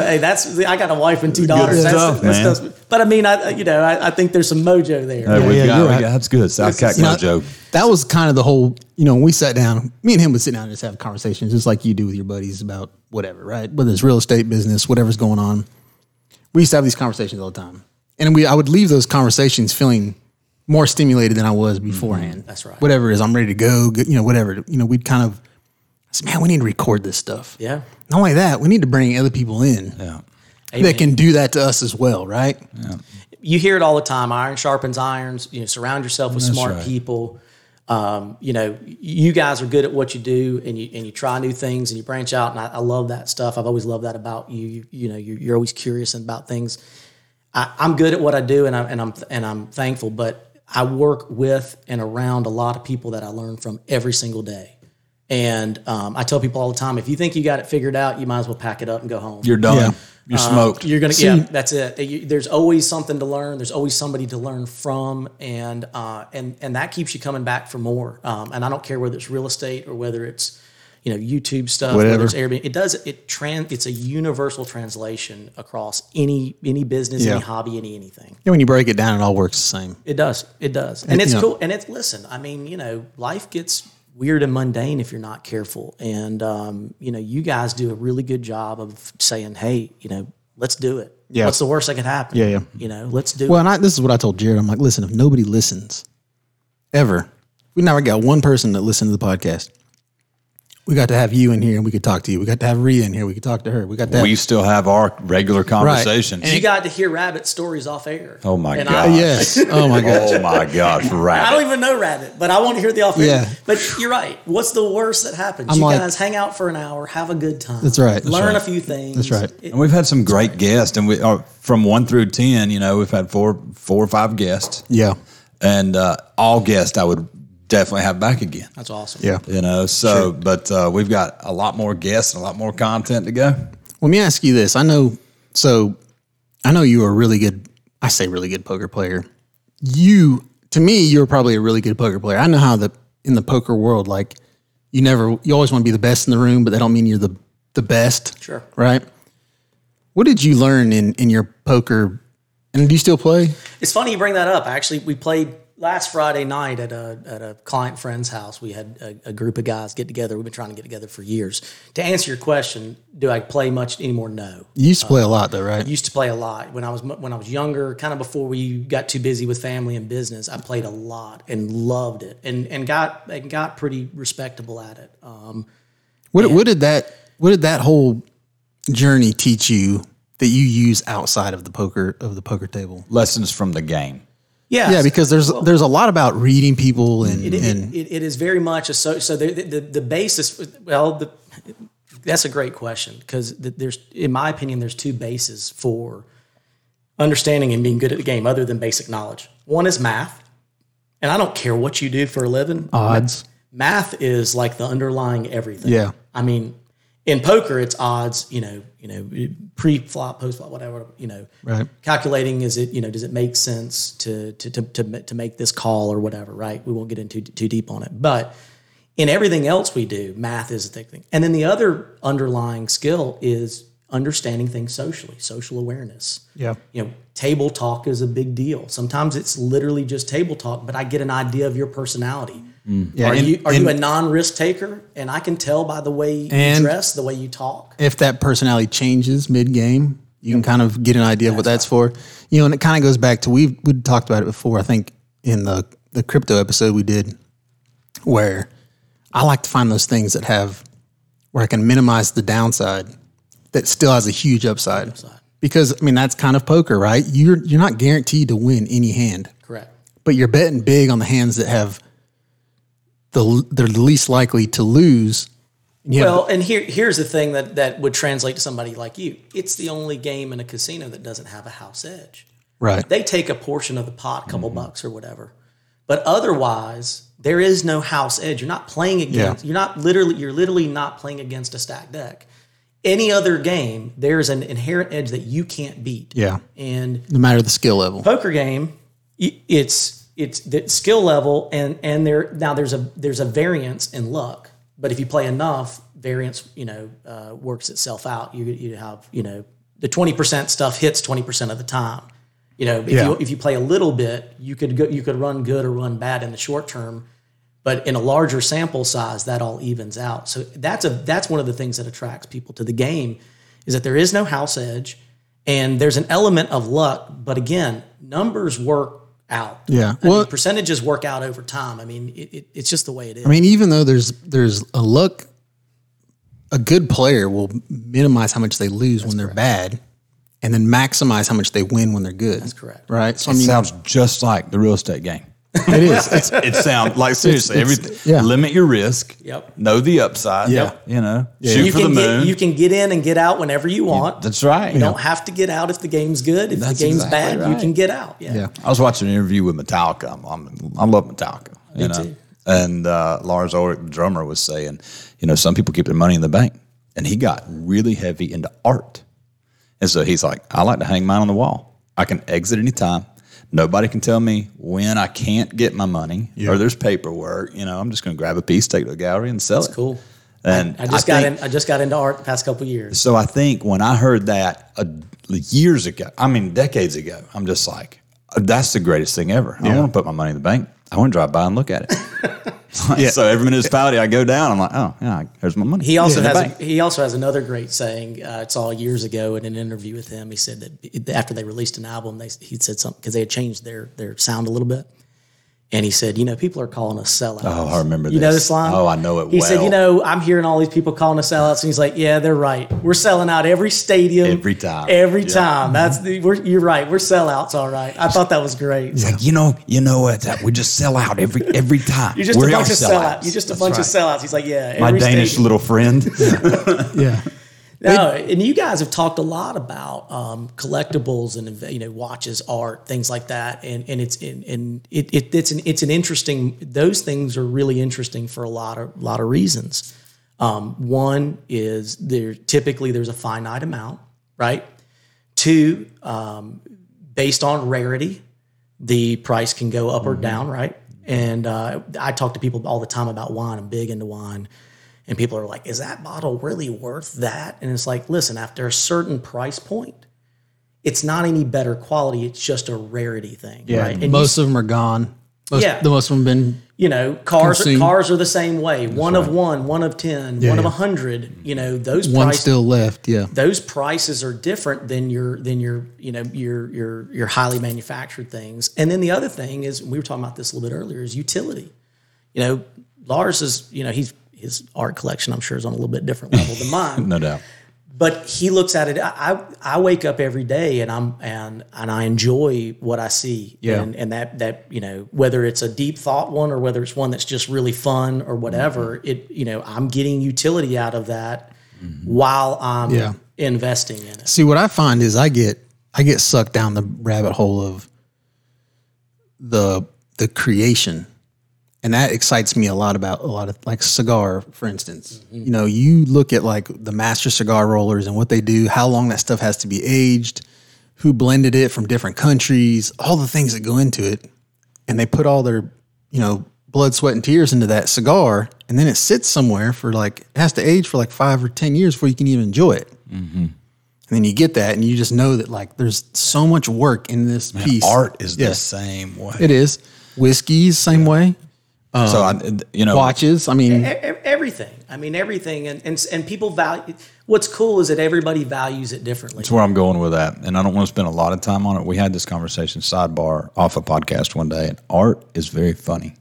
Speaker 4: hey, that's I got a wife and two daughters. That's-
Speaker 2: stuff,
Speaker 4: that's-
Speaker 2: man.
Speaker 4: that's- but I mean, I you know I, I think there's some mojo there.
Speaker 2: Hey, we've
Speaker 3: yeah,
Speaker 2: got,
Speaker 3: you're
Speaker 2: we
Speaker 3: right.
Speaker 2: got- that's good. South Cac
Speaker 3: You know,
Speaker 2: Mojo.
Speaker 3: That was kind of the whole, you know, when we sat down, me and him would sit down and just have conversations, just like you do with your buddies about whatever, right? Whether it's real estate business, whatever's going on. We used to have these conversations all the time. And we I would leave those conversations feeling more stimulated than I was beforehand. That's
Speaker 4: right.
Speaker 3: Whatever it is, I'm ready to go, go- you know, whatever. You know, we'd kind of I said, man, we need to record this stuff.
Speaker 4: Yeah.
Speaker 3: Not only that, we need to bring other people in
Speaker 2: Yeah.
Speaker 3: that can do that to us as well, right?
Speaker 4: You hear it all the time. Iron sharpens irons. You know, surround yourself with smart
Speaker 2: right.
Speaker 4: people. Um, you know, you guys are good at what you do, and you and you try new things, and you branch out. And I, I love that stuff. I've always loved that about you. You, you know, you're, you're always curious about things. I, I'm good at what I do, and I'm and I'm and I'm thankful. But I work with and around a lot of people that I learn from every single day. And um, I tell people all the time, if you think you got it figured out, you might as well pack it up and go home.
Speaker 2: You're done.
Speaker 3: Yeah.
Speaker 2: You're smoked.
Speaker 4: You're gonna, yeah, that's it. You- there's always something to learn. There's always somebody to learn from, and uh, and and that keeps you coming back for more. Um, and I don't care whether it's real estate or whether it's, you know, YouTube stuff,
Speaker 3: Whatever.
Speaker 4: whether it's Airbnb. It does it trans. It's a universal translation across any any business,
Speaker 3: Yeah.
Speaker 4: any hobby, any anything.
Speaker 3: And when you break it down, it all works the same.
Speaker 4: It does. It does. And it's
Speaker 3: yeah.
Speaker 4: cool. And it's listen. I mean, you know, life gets weird and mundane if you're not careful. And um, you know, you guys do a really good job of saying, "Hey, you know, let's do it.
Speaker 3: Yeah.
Speaker 4: What's the worst that could happen?
Speaker 3: Yeah, yeah.
Speaker 4: You know, let's do
Speaker 3: Well, and
Speaker 4: it.
Speaker 3: I, this is what I told Jared. I'm like, listen, if nobody listens, ever, we never got one person that listened to the podcast. We got to have you in here and we could talk to you. We got to have Rhea in here. We could talk to her. We got that.
Speaker 2: We still have our regular conversations.
Speaker 4: you got to hear rabbit stories off air.
Speaker 2: Oh my
Speaker 4: And
Speaker 2: God.
Speaker 4: I,
Speaker 3: yes. Oh my God.
Speaker 2: oh my gosh,
Speaker 4: I
Speaker 2: right.
Speaker 4: don't even know rabbit, but I want to hear the off air.
Speaker 3: Yeah.
Speaker 4: But you're right. What's the worst that happens?
Speaker 3: I'm
Speaker 4: you
Speaker 3: like-
Speaker 4: guys hang out for an hour, have a good time.
Speaker 3: That's right, that's
Speaker 4: learn
Speaker 3: right.
Speaker 4: a few things.
Speaker 3: That's right.
Speaker 4: It-
Speaker 2: And we've had some great guests, and we are from one through ten. You know, we've had four, four or five guests,
Speaker 3: Yeah.
Speaker 2: and uh, all guests I would definitely have back again.
Speaker 4: that's awesome.
Speaker 3: Yeah.
Speaker 2: You know, so but uh, we've got a lot more guests and a lot more content to go.
Speaker 3: Let me ask you this. I know, so I know you were a really good, I say really good poker player. You, to me, you were probably a really good poker player. I know how the, in the poker world, like you never, you always want to be the best in the room, but that don't mean you're the, the best.
Speaker 4: Sure.
Speaker 3: Right. What did you learn in, in your poker? And do you still play?
Speaker 4: It's funny you bring that up. Actually, we played last Friday night at a at a client friend's house. We had a, a group of guys get together. We've been trying to get together for years. To answer your question, do I play much anymore? No.
Speaker 3: You used to play a lot though, right?
Speaker 4: Used to play a lot when I was mu- when I was younger, kind of before we got too busy with family and business. I played a lot and loved it, and and got and got pretty respectable at it. Um,
Speaker 3: What, what did that, what did that whole journey teach you that you use outside of the poker, of the poker table?
Speaker 2: Lessons from the game.
Speaker 4: yeah,
Speaker 3: Yeah, because there's there's a lot about reading people and,
Speaker 4: it, it-
Speaker 3: and
Speaker 4: it- it is very much a so, so the, the the basis well the, that's a great question because there's in my opinion there's two bases for understanding and being good at the game other than basic knowledge one is math and i don't care what you do for a living
Speaker 3: odds.
Speaker 4: math is like the underlying everything
Speaker 3: Yeah.
Speaker 4: i mean in poker it's odds you know you know pre-flop post-flop whatever you know
Speaker 3: Right.
Speaker 4: calculating is it you know does it make sense to to to to, ma- to make this call or whatever right we won't get into t- too deep on it but in everything else we do math is a thick thing and then the other underlying skill is understanding things socially social awareness
Speaker 3: Yeah.
Speaker 4: you know table talk is a big deal sometimes it's literally just table talk but i get an idea of your personality
Speaker 3: Mm. Yeah,
Speaker 4: are
Speaker 3: and-
Speaker 4: you are
Speaker 3: and-
Speaker 4: you a non-risk taker and i can tell by the way you
Speaker 3: And-
Speaker 4: dress the way you talk
Speaker 3: If that personality changes mid game, You can kind of get an idea of what that's for. You know, and it kind of goes back to we've we talked about it before. I think in the the crypto episode we did, where I like to find those things that have where I can minimize the downside that still has a huge upside. Because I mean that's kind of poker, right? You're you're not guaranteed to win any hand
Speaker 4: Correct.
Speaker 3: but you're betting big on the hands that have the they're least likely to lose. And you have-
Speaker 4: Well, and here here's the thing that that would translate to somebody like you. It's the only game in a casino that doesn't have a house edge.
Speaker 3: right,
Speaker 4: They take a portion of the pot, a couple bucks or whatever. But otherwise, there is no house edge. You're not playing against. You're not literally. You're literally not playing against a stacked deck. Any other game, there's an inherent edge that you can't beat.
Speaker 3: yeah,
Speaker 4: And
Speaker 3: no matter the skill level,
Speaker 4: poker game y- it's it's the skill level and and there now there's a there's a variance in luck but if you play enough variance you know uh, works itself out you you have you know the 20% stuff hits 20% of the time you know if
Speaker 3: Yeah.
Speaker 4: you if you play a little bit you could go you could run good or run bad in the short term but in a larger sample size that all evens out so that's a that's one of the things that attracts people to the game is that there is no house edge and there's an element of luck but again numbers work out
Speaker 3: yeah.
Speaker 4: I mean,
Speaker 3: Well,
Speaker 4: percentages work out over time i mean it, it, it's just the way it is
Speaker 3: I mean, even though there's there's a look, a good player will minimize how much they lose when they're bad, and then maximize how much they win when they're good. That's
Speaker 4: correct.
Speaker 3: right? So I
Speaker 2: It
Speaker 3: mean,
Speaker 2: sounds just like the real estate game.
Speaker 3: it is. It's,
Speaker 2: It sounds like seriously
Speaker 3: it's-
Speaker 2: everything.
Speaker 3: yeah.
Speaker 2: Limit your risk.
Speaker 4: Yep.
Speaker 2: Know the upside.
Speaker 3: Yeah.
Speaker 2: You know, shoot
Speaker 4: you
Speaker 2: for the
Speaker 4: can
Speaker 2: moon.
Speaker 4: get you can get in and get out whenever you want
Speaker 2: That's right.
Speaker 4: you don't have to get out if the game's good if
Speaker 2: That's
Speaker 4: the game's
Speaker 2: exactly
Speaker 4: bad
Speaker 2: right.
Speaker 4: you can get out yeah,
Speaker 3: yeah,
Speaker 2: I was watching an interview with Metallica. I'm, I'm, I love Metallica. You
Speaker 4: Me
Speaker 2: know?
Speaker 4: too.
Speaker 2: And uh, Lars Ulrich, the drummer, was saying, you know, some people keep their money in the bank. And he got really heavy into art. And so he's like, I like to hang mine on the wall. I can exit anytime. Nobody can tell me when I can't get my money or there's paperwork. You know, I'm just going to grab a piece, take it to the gallery, and sell it.
Speaker 4: cool
Speaker 2: And
Speaker 4: i just got
Speaker 2: think-
Speaker 4: in i just got into art the past couple of years
Speaker 2: so I think when I heard that uh, years ago, I mean decades ago, I'm just like, that's the greatest thing ever. I want to put my money in the bank. I want to drive by and look at it. So every municipality I go down, I'm like, oh yeah, there's my money.
Speaker 4: He also
Speaker 2: In the
Speaker 4: has
Speaker 2: bank.
Speaker 4: a, he also has another great saying. Uh, it's all years ago in an interview with him. He said that after they released an album, they he said something because they had changed their their sound a little bit, and he said, you know, people are calling us sellouts.
Speaker 2: Oh, I remember
Speaker 4: You know
Speaker 2: this.
Speaker 4: this line?
Speaker 2: Oh, I know it
Speaker 4: He said,
Speaker 2: well.
Speaker 4: you know, I'm hearing all these people calling us sellouts, and he's like, yeah, they're right. We're selling out every stadium,
Speaker 2: Every time.
Speaker 4: every
Speaker 2: Yeah.
Speaker 4: time. That's the, we're, you're right. We're sellouts. All right. I thought that was great.
Speaker 2: like you know, you know what? That we just sell out every every time.
Speaker 4: You're just
Speaker 2: We're
Speaker 4: a bunch
Speaker 2: all
Speaker 4: of sellouts. You're just a
Speaker 2: That's
Speaker 4: bunch
Speaker 2: right.
Speaker 4: of sellouts. He's like, yeah.
Speaker 2: My
Speaker 4: every
Speaker 2: Danish
Speaker 4: stadium.
Speaker 2: little friend.
Speaker 3: yeah.
Speaker 4: No, and you guys have talked a lot about um, collectibles and you know watches, art, things like that, and and it's and, and it, it it's an it's an interesting. Those things are really interesting for a lot of lot of reasons. Um, one is there typically there's a finite amount, right? Two, um, based on rarity, the price can go up or
Speaker 3: Mm-hmm.
Speaker 4: down, right? And uh, I talk to people all the time about wine. I'm big into wine. And people are like, is that bottle really worth that? And it's like, listen, after a certain price point, it's not any better quality. It's just a rarity thing. Yeah. Right? And you
Speaker 3: most of them are gone. Most,
Speaker 4: Yeah.
Speaker 3: the most of them been
Speaker 4: you know cars
Speaker 3: Consume.
Speaker 4: cars are the same way one of one one of ten one of
Speaker 3: yeah.
Speaker 4: a hundred you know those
Speaker 3: one
Speaker 4: price,
Speaker 3: still left. Yeah,
Speaker 4: those prices are different than your than your you know your your your highly manufactured things and then the other thing is we were talking about this a little bit earlier is utility you know lars is you know he's his art collection i'm sure is on a little bit different level than mine
Speaker 2: no doubt.
Speaker 4: but he looks at it. I, I I wake up every day and I'm and and I enjoy what I see.
Speaker 3: Yeah.
Speaker 4: And, and that that you know whether it's a deep thought one or whether it's one that's just really fun or whatever.
Speaker 3: Mm-hmm.
Speaker 4: It you know I'm getting utility out of that while I'm
Speaker 3: Mm-hmm. Yeah.
Speaker 4: investing in it.
Speaker 3: See, what I find is I get I get sucked down the rabbit hole of the the creation, and that excites me a lot about a lot of like cigar, for instance. You know, you look at like the master cigar rollers and what they do, how long that stuff has to be aged, who blended it from different countries, all the things that go into it, and they put all their you know blood, sweat, and tears into that cigar, and then it sits somewhere for like it has to age for like five or ten years before you can even enjoy it. And then you get that, and you just know that like there's so much work in this piece.
Speaker 2: Art is
Speaker 3: Yeah.
Speaker 2: the same way.
Speaker 3: It is. Whiskey's same way.
Speaker 2: so I, you know,
Speaker 3: Watches. I mean,
Speaker 4: E- e- everything. I mean, everything, and, and and people value. What's cool is that everybody values it differently.
Speaker 2: That's where I'm going with that. And I don't want to spend a lot of time on it. We had this conversation sidebar off a podcast one day, and art is very funny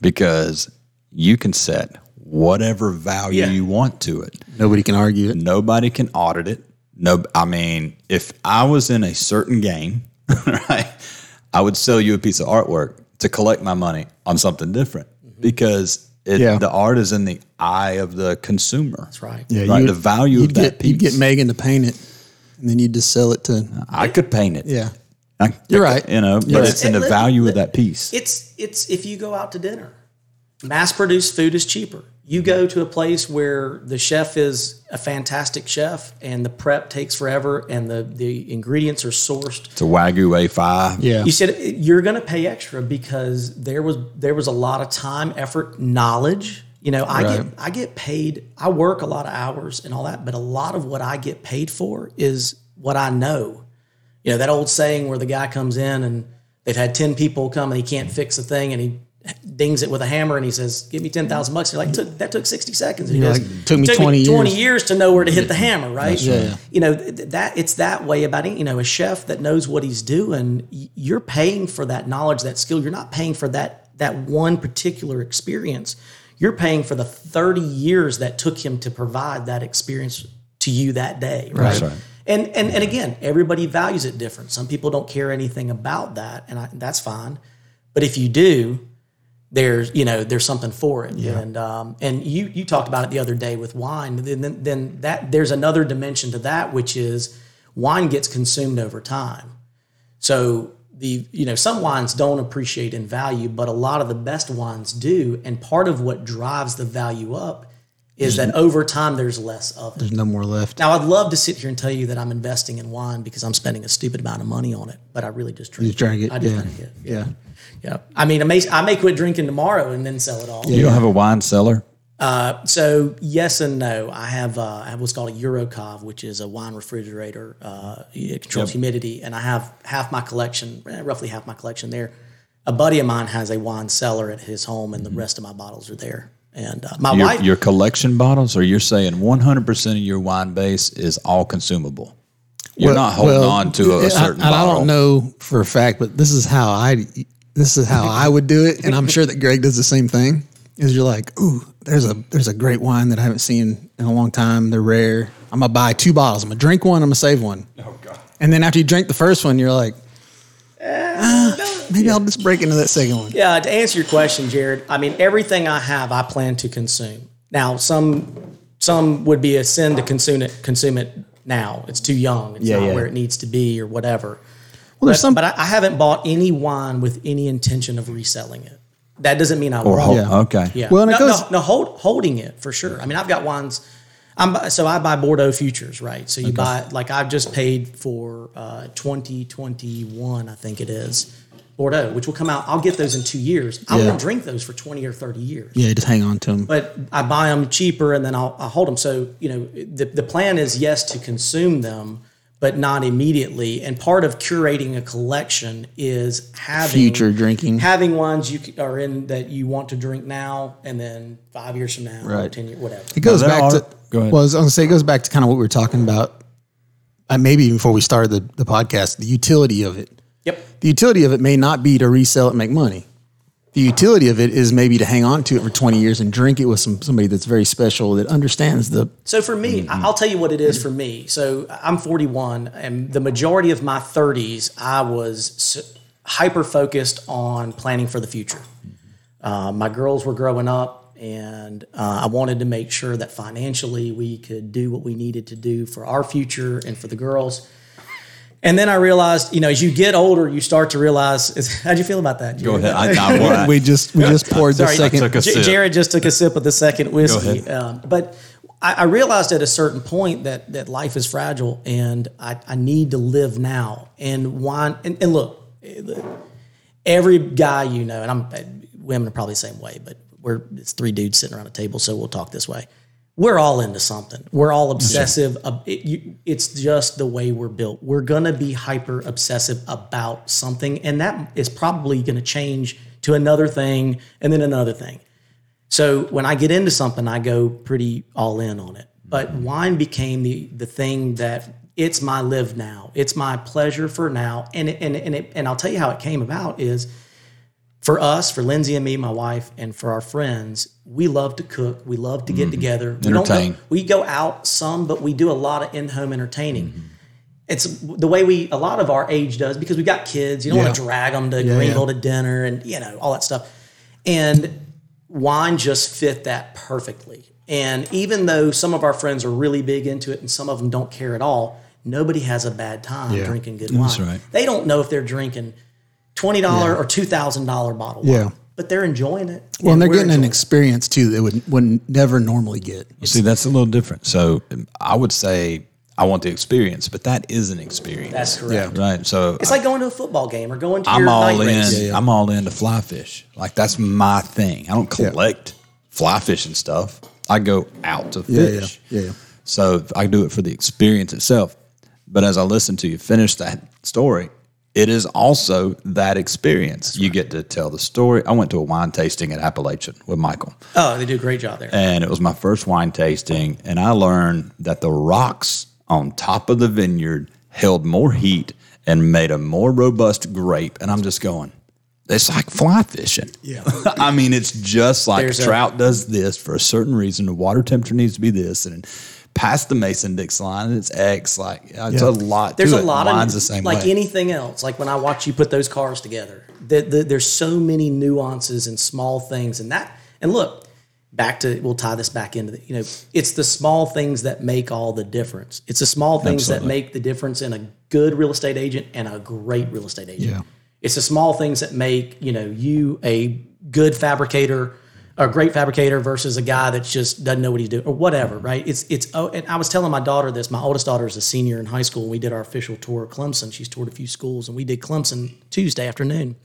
Speaker 2: because you can set whatever value
Speaker 4: Yeah.
Speaker 2: you want to it.
Speaker 3: nobody can argue it.
Speaker 2: Nobody can audit it. No, I mean, if I was in a certain game, right, I would sell you a piece of artwork to collect my money on something different
Speaker 4: Mm-hmm.
Speaker 2: because it,
Speaker 3: Yeah.
Speaker 2: the art is in the eye of the consumer. That's
Speaker 4: right.
Speaker 3: Yeah,
Speaker 2: right.
Speaker 3: you-
Speaker 2: The value
Speaker 3: You'd
Speaker 2: of that
Speaker 3: get, you'd
Speaker 2: piece.
Speaker 3: get Megan to paint it, and then you'd just sell it to.
Speaker 2: I could paint it.
Speaker 3: Yeah.
Speaker 2: I-
Speaker 3: You're right.
Speaker 2: You know, but
Speaker 3: You're
Speaker 2: it's
Speaker 4: right.
Speaker 2: in the value of that piece.
Speaker 4: It's it's if you go out to dinner, mass produced food is cheaper. You go to a place where the chef is a fantastic chef and the prep takes forever and the, the ingredients are sourced
Speaker 2: It's a Wagyu A5.
Speaker 3: Yeah.
Speaker 4: You said you're going to pay extra because there was there was a lot of time, effort, knowledge. You know, I get I get paid. I work a lot of hours and all that, but a lot of what I get paid for is what I know. You know that old saying where the guy comes in and they've had ten people come and he can't fix a thing and he dings it with a hammer and he says, "Give me ten thousand bucks." You're like, took, "That took sixty seconds." And he
Speaker 3: You're
Speaker 4: goes,
Speaker 3: like, "Took me 20 years."
Speaker 4: years to know where to hit the hammer, right?
Speaker 3: right. Yeah.
Speaker 4: You know th- that it's that way about it. You know, a chef that knows what he's doing, y- you're paying for that knowledge, that skill. You're not paying for that that one particular experience. You're paying for the 30 years that took him to provide that experience to you that day, right?
Speaker 2: That's right.
Speaker 4: And and and again, everybody values it different. Some people don't care anything about that, and I, that's fine. But if you do, there's you know there's something for it and um, and you you talked about it the other day with wine then, then then that there's another dimension to that which is wine gets consumed over time so the you know some wines don't appreciate in value but a lot of the best wines do and part of what drives the value up is
Speaker 3: Mm-hmm.
Speaker 4: that over time there's less of it
Speaker 3: There's no more left.
Speaker 4: now I'd love to sit here and tell you that I'm investing in wine because I'm spending a stupid amount of money on it but I really just drink
Speaker 3: You drank it.
Speaker 4: I just
Speaker 3: yeah.
Speaker 4: drink it
Speaker 3: yeah.
Speaker 4: yeah. I mean, I may, I may quit drinking tomorrow and then sell it all.
Speaker 2: You don't have a wine cellar?
Speaker 4: So yes and no. I have uh, I have what's called a Eurocov, which is a wine refrigerator. Uh, it controls humidity, and I have half my collection, eh, roughly half my collection there. A buddy of mine has a wine cellar at his home,
Speaker 3: Mm-hmm.
Speaker 4: and the rest of my bottles are there. And uh, my
Speaker 2: Your,
Speaker 4: wife,
Speaker 2: your collection bottles, or you're saying 100% of your wine base is all consumable? You're
Speaker 3: Well-
Speaker 2: not holding
Speaker 3: well,
Speaker 2: on to a,
Speaker 3: I-
Speaker 2: a certain
Speaker 3: I,
Speaker 2: bottle.
Speaker 3: I don't know for a fact, but this is how I this is how I would do it, and I'm sure that Greg does the same thing. Is you're like, ooh, there's a there's a great wine that I haven't seen in a long time. They're rare. I'm gonna buy two bottles. I'm gonna drink one. I'm gonna save one. Oh god. And then after you drink the first one, you're like, "Ah, maybe I'll just break into that second one.
Speaker 4: Yeah, to answer your question, Jared, I mean everything I have, I plan to consume. Now, some some would be a sin to consume it consume it now. It's too young. It's
Speaker 3: Yeah,
Speaker 4: not
Speaker 3: yeah.
Speaker 4: where it needs to be or whatever.
Speaker 3: Well, there's some.
Speaker 4: But I, I haven't bought any wine with any intention of reselling it. That doesn't mean I
Speaker 2: Or
Speaker 4: won't.
Speaker 2: hold,
Speaker 3: Yeah.
Speaker 2: Okay.
Speaker 4: Yeah.
Speaker 3: Well, and
Speaker 4: no,
Speaker 3: it goes-
Speaker 4: no, no, hold, holding it for sure. I mean, I've got wines. I'm bu- so I buy Bordeaux futures, right? So you buy like I've just paid for uh, 2021, I think it is Bordeaux, which will come out. I'll get those in two years. I
Speaker 3: Yeah.
Speaker 4: won't drink those for 20 or 30 years
Speaker 3: yeah, just hang on to them.
Speaker 4: but I buy them cheaper and then I'll, I'll hold them. So, you know, the, the plan is yes, to consume them, but not immediately. And part of curating a collection is having
Speaker 3: Future drinking.
Speaker 4: having ones you c- are in that you want to drink now and then five years from now, or
Speaker 3: Right.
Speaker 4: 10 years, whatever.
Speaker 3: It goes
Speaker 2: there
Speaker 3: back
Speaker 2: are-
Speaker 3: to.
Speaker 2: go ahead.
Speaker 3: Well, I was going to say it goes back to kind of what we were talking about, uh, maybe even before we started the, the podcast. The utility of it.
Speaker 4: Yep.
Speaker 3: The utility of it may not be to resell it and make money. The utility of it is maybe to hang on to it for twenty years and drink it with some somebody that's very special that understands the.
Speaker 4: So for me, I I'll tell you what it is for me. So I'm 41, and the majority of my 30s, I was hyper focused on planning for the future. Uh, my girls were growing up, and uh, I wanted to make sure that financially we could do what we needed to do for our future and for the girls. And then I realized, you know, as you get older, you start to realize. How'd you feel about that?
Speaker 2: Go
Speaker 4: Jerry?
Speaker 2: ahead. I, I, want-
Speaker 3: We just we just poured the
Speaker 4: Sorry,
Speaker 3: second.
Speaker 2: took a
Speaker 4: J-
Speaker 2: sip.
Speaker 4: Jared just took a sip of the second whiskey. Um, but I, I realized at a certain point that that life is fragile and I, I need to live now. And wine and, and look, every guy you know, and I'm women are probably the same way, but we're it's three dudes sitting around a table, so we'll talk this way. We're all into something. We're all obsessive. ab- It, you, it's just the way we're built. We're gonna be hyper obsessive about something, and that is probably gonna change to another thing and then another thing. So when I get into something, I go pretty all in on it. But
Speaker 3: Mm-hmm.
Speaker 4: wine became the the thing that it's my live now. It's my pleasure for now. And it, and it- and it, and I'll tell you how it came about is for us, for Lindsay and me, my wife, and for our friends, we love to cook. We love
Speaker 3: Mm-hmm.
Speaker 4: to get together. We don't go-
Speaker 2: Entertain.
Speaker 4: we go out some, but we do a lot of in-home entertaining.
Speaker 3: Mm-hmm.
Speaker 4: It's the way we a lot of our age does because we got kids. You don't want to
Speaker 3: Yeah.
Speaker 4: drag them to Greenville to dinner and you know all that stuff. And wine just fit that perfectly. And even though some of our friends are really big into it and some of them don't care at all, nobody has a bad time
Speaker 3: Yeah.
Speaker 4: drinking good wine.
Speaker 2: right.
Speaker 4: They don't know if they're drinking twenty dollar or two thousand dollar bottle.
Speaker 3: Yeah.
Speaker 4: wine, but they're enjoying it.
Speaker 3: Well, and they're
Speaker 4: we're
Speaker 3: getting an
Speaker 4: enjoying it.
Speaker 3: experience too that would would never normally get.
Speaker 2: See, that's a little different. So um, I would say I want the experience, but that is an experience.
Speaker 4: That's correct.
Speaker 2: Right. So
Speaker 4: It's like going to a football game or going to
Speaker 2: I'm
Speaker 4: your
Speaker 2: all
Speaker 4: night
Speaker 2: in.
Speaker 4: race.
Speaker 2: I'm all into fly fish. Like that's my thing. I don't collect fly fishing stuff. I go out to
Speaker 3: Yeah,
Speaker 2: fish.
Speaker 3: yeah, yeah.
Speaker 2: So I do it for the experience itself. But as I listen to you finish that story, it is also that experience. you get to tell the story. I went to a wine tasting at Appalachian with Michael,
Speaker 4: Oh, they do a great job there.
Speaker 2: and it was my first wine tasting. And I learned that the rocks on top of the vineyard held more heat and made a more robust grape. And I'm just going, it's like fly fishing. Yeah. I mean, it's just like
Speaker 4: There's a-
Speaker 2: trout does this for a certain reason. The water temperature needs to be this. And past the Mason Dix line, and it's X. Like, it's a lot.
Speaker 4: There's
Speaker 2: to
Speaker 4: a
Speaker 2: it.
Speaker 4: lot
Speaker 2: Wine's
Speaker 4: of
Speaker 2: the same
Speaker 4: like
Speaker 2: way.
Speaker 4: anything else. Like when I watch you put those cars together, the, the, there's so many nuances and small things, and that. And look, back to we'll tie this back into the, you know it's the small things that make all the difference. It's the small things
Speaker 2: Absolutely.
Speaker 4: that make the difference in a good real estate agent and a great real estate agent.
Speaker 3: Yeah.
Speaker 4: It's the small things that make you know you a good fabricator, a great fabricator versus a guy that just doesn't know what he's doing or whatever, right? It's it's oh, and I was telling my daughter this. My oldest daughter is a senior in high school. and We did our official tour of Clemson. She's toured a few schools, and we did Clemson Tuesday afternoon.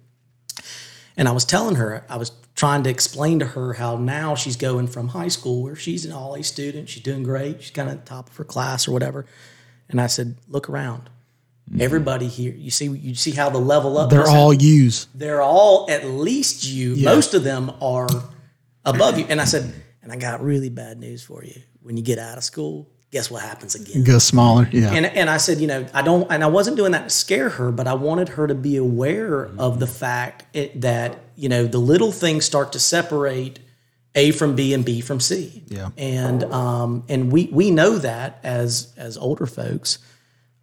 Speaker 4: And I was telling her, I was trying to explain to her how now she's going from high school where she's an all A student, she's doing great, she's kind of top of her class or whatever. And I said, look around. Everybody here, you see, you see how the level up.
Speaker 3: Mm-hmm. They're
Speaker 4: has
Speaker 3: all use.
Speaker 4: they're all at least you. Most of them are above you. And I said, and I got really bad news for you. When you get out of school, guess what happens again?
Speaker 3: Go smaller. Yeah.
Speaker 4: And and I said, you know, I don't, and I wasn't doing that to scare her, but I wanted her to be aware of the fact it, that you know the little things start to separate A from B and B from C.
Speaker 3: Yeah.
Speaker 4: And um and we we know that as as older folks.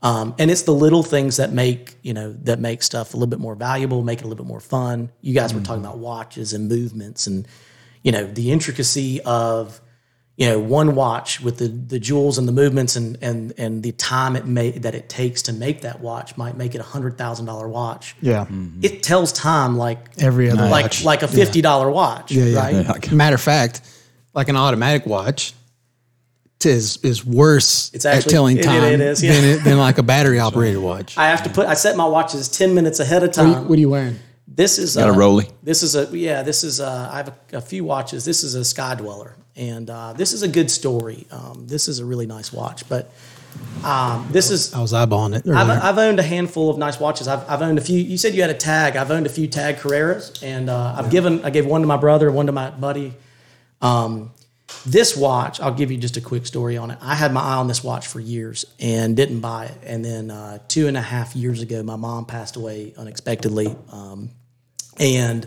Speaker 4: Um, and it's the little things that make you know that make stuff a little bit more valuable, make it a little bit more fun. You guys were
Speaker 3: Mm-hmm.
Speaker 4: talking about watches and movements, and you know the intricacy of you know one watch with the the jewels and the movements and and and the time it may that it takes to make that watch might make it a hundred thousand dollar watch.
Speaker 3: yeah.
Speaker 4: It tells time like
Speaker 3: Every other
Speaker 4: like
Speaker 3: watch.
Speaker 4: like a fifty dollar watch, right?
Speaker 3: Matter of fact, like an automatic watch t- is is worse
Speaker 4: It's actually-
Speaker 3: at telling
Speaker 4: it- it-
Speaker 3: time
Speaker 4: it is, yeah.
Speaker 3: than, it, than like a battery operated watch.
Speaker 4: I have to put I set my watches ten minutes ahead of
Speaker 3: what, are
Speaker 4: time.
Speaker 3: you, what are you wearing?
Speaker 4: This is
Speaker 2: Got a
Speaker 4: uh,
Speaker 2: Rolly?
Speaker 4: This is a yeah. This is a, I have a, a few watches. This is a Sky Dweller, and uh, this is a good story. Um, this is a really nice watch, but um, this is
Speaker 3: I was eyeballing it.
Speaker 4: I've,
Speaker 3: earlier.
Speaker 4: I've owned a handful of nice watches. I've, I've owned a few. You said you had a tag. I've owned a few Tag Carreras, and uh, I've given I gave one to my brother, one to my buddy. Um, this watch, I'll give you just a quick story on it. I had my eye on this watch for years and didn't buy it. And then uh, two and a half years ago, my mom passed away unexpectedly. Um, and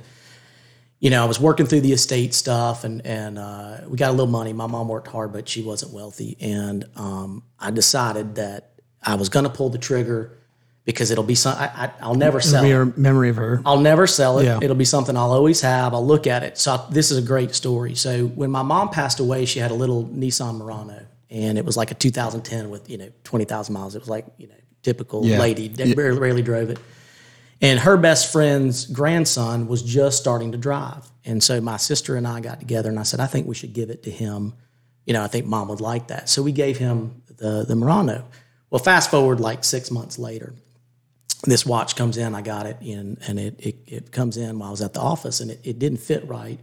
Speaker 4: you know, I was working through the estate stuff, and and uh, we got a little money. My mom worked hard, but she wasn't wealthy, and um, I decided that I was going to pull the trigger because it'll be some. I, I, will never sell. it.
Speaker 3: Mere memory of her.
Speaker 4: I'll never sell it.
Speaker 3: Yeah.
Speaker 4: It'll be something I'll always have. I'll look at it. So I- this is a great story. So when my mom passed away, she had a little Nissan Murano, and it was like a 2010 with you know 20,000 miles. It was like you know typical
Speaker 3: Yeah.
Speaker 4: lady that rarely, rarely drove it. And her best friend's grandson was just starting to drive, and so my sister and I got together, and I said, I think we should give it to him. You know, I think mom would like that. So we gave him the the Murano. Well, fast forward like six months later, this watch comes in. I got it in, and it it, it comes in while I was at the office, and it, it didn't fit right.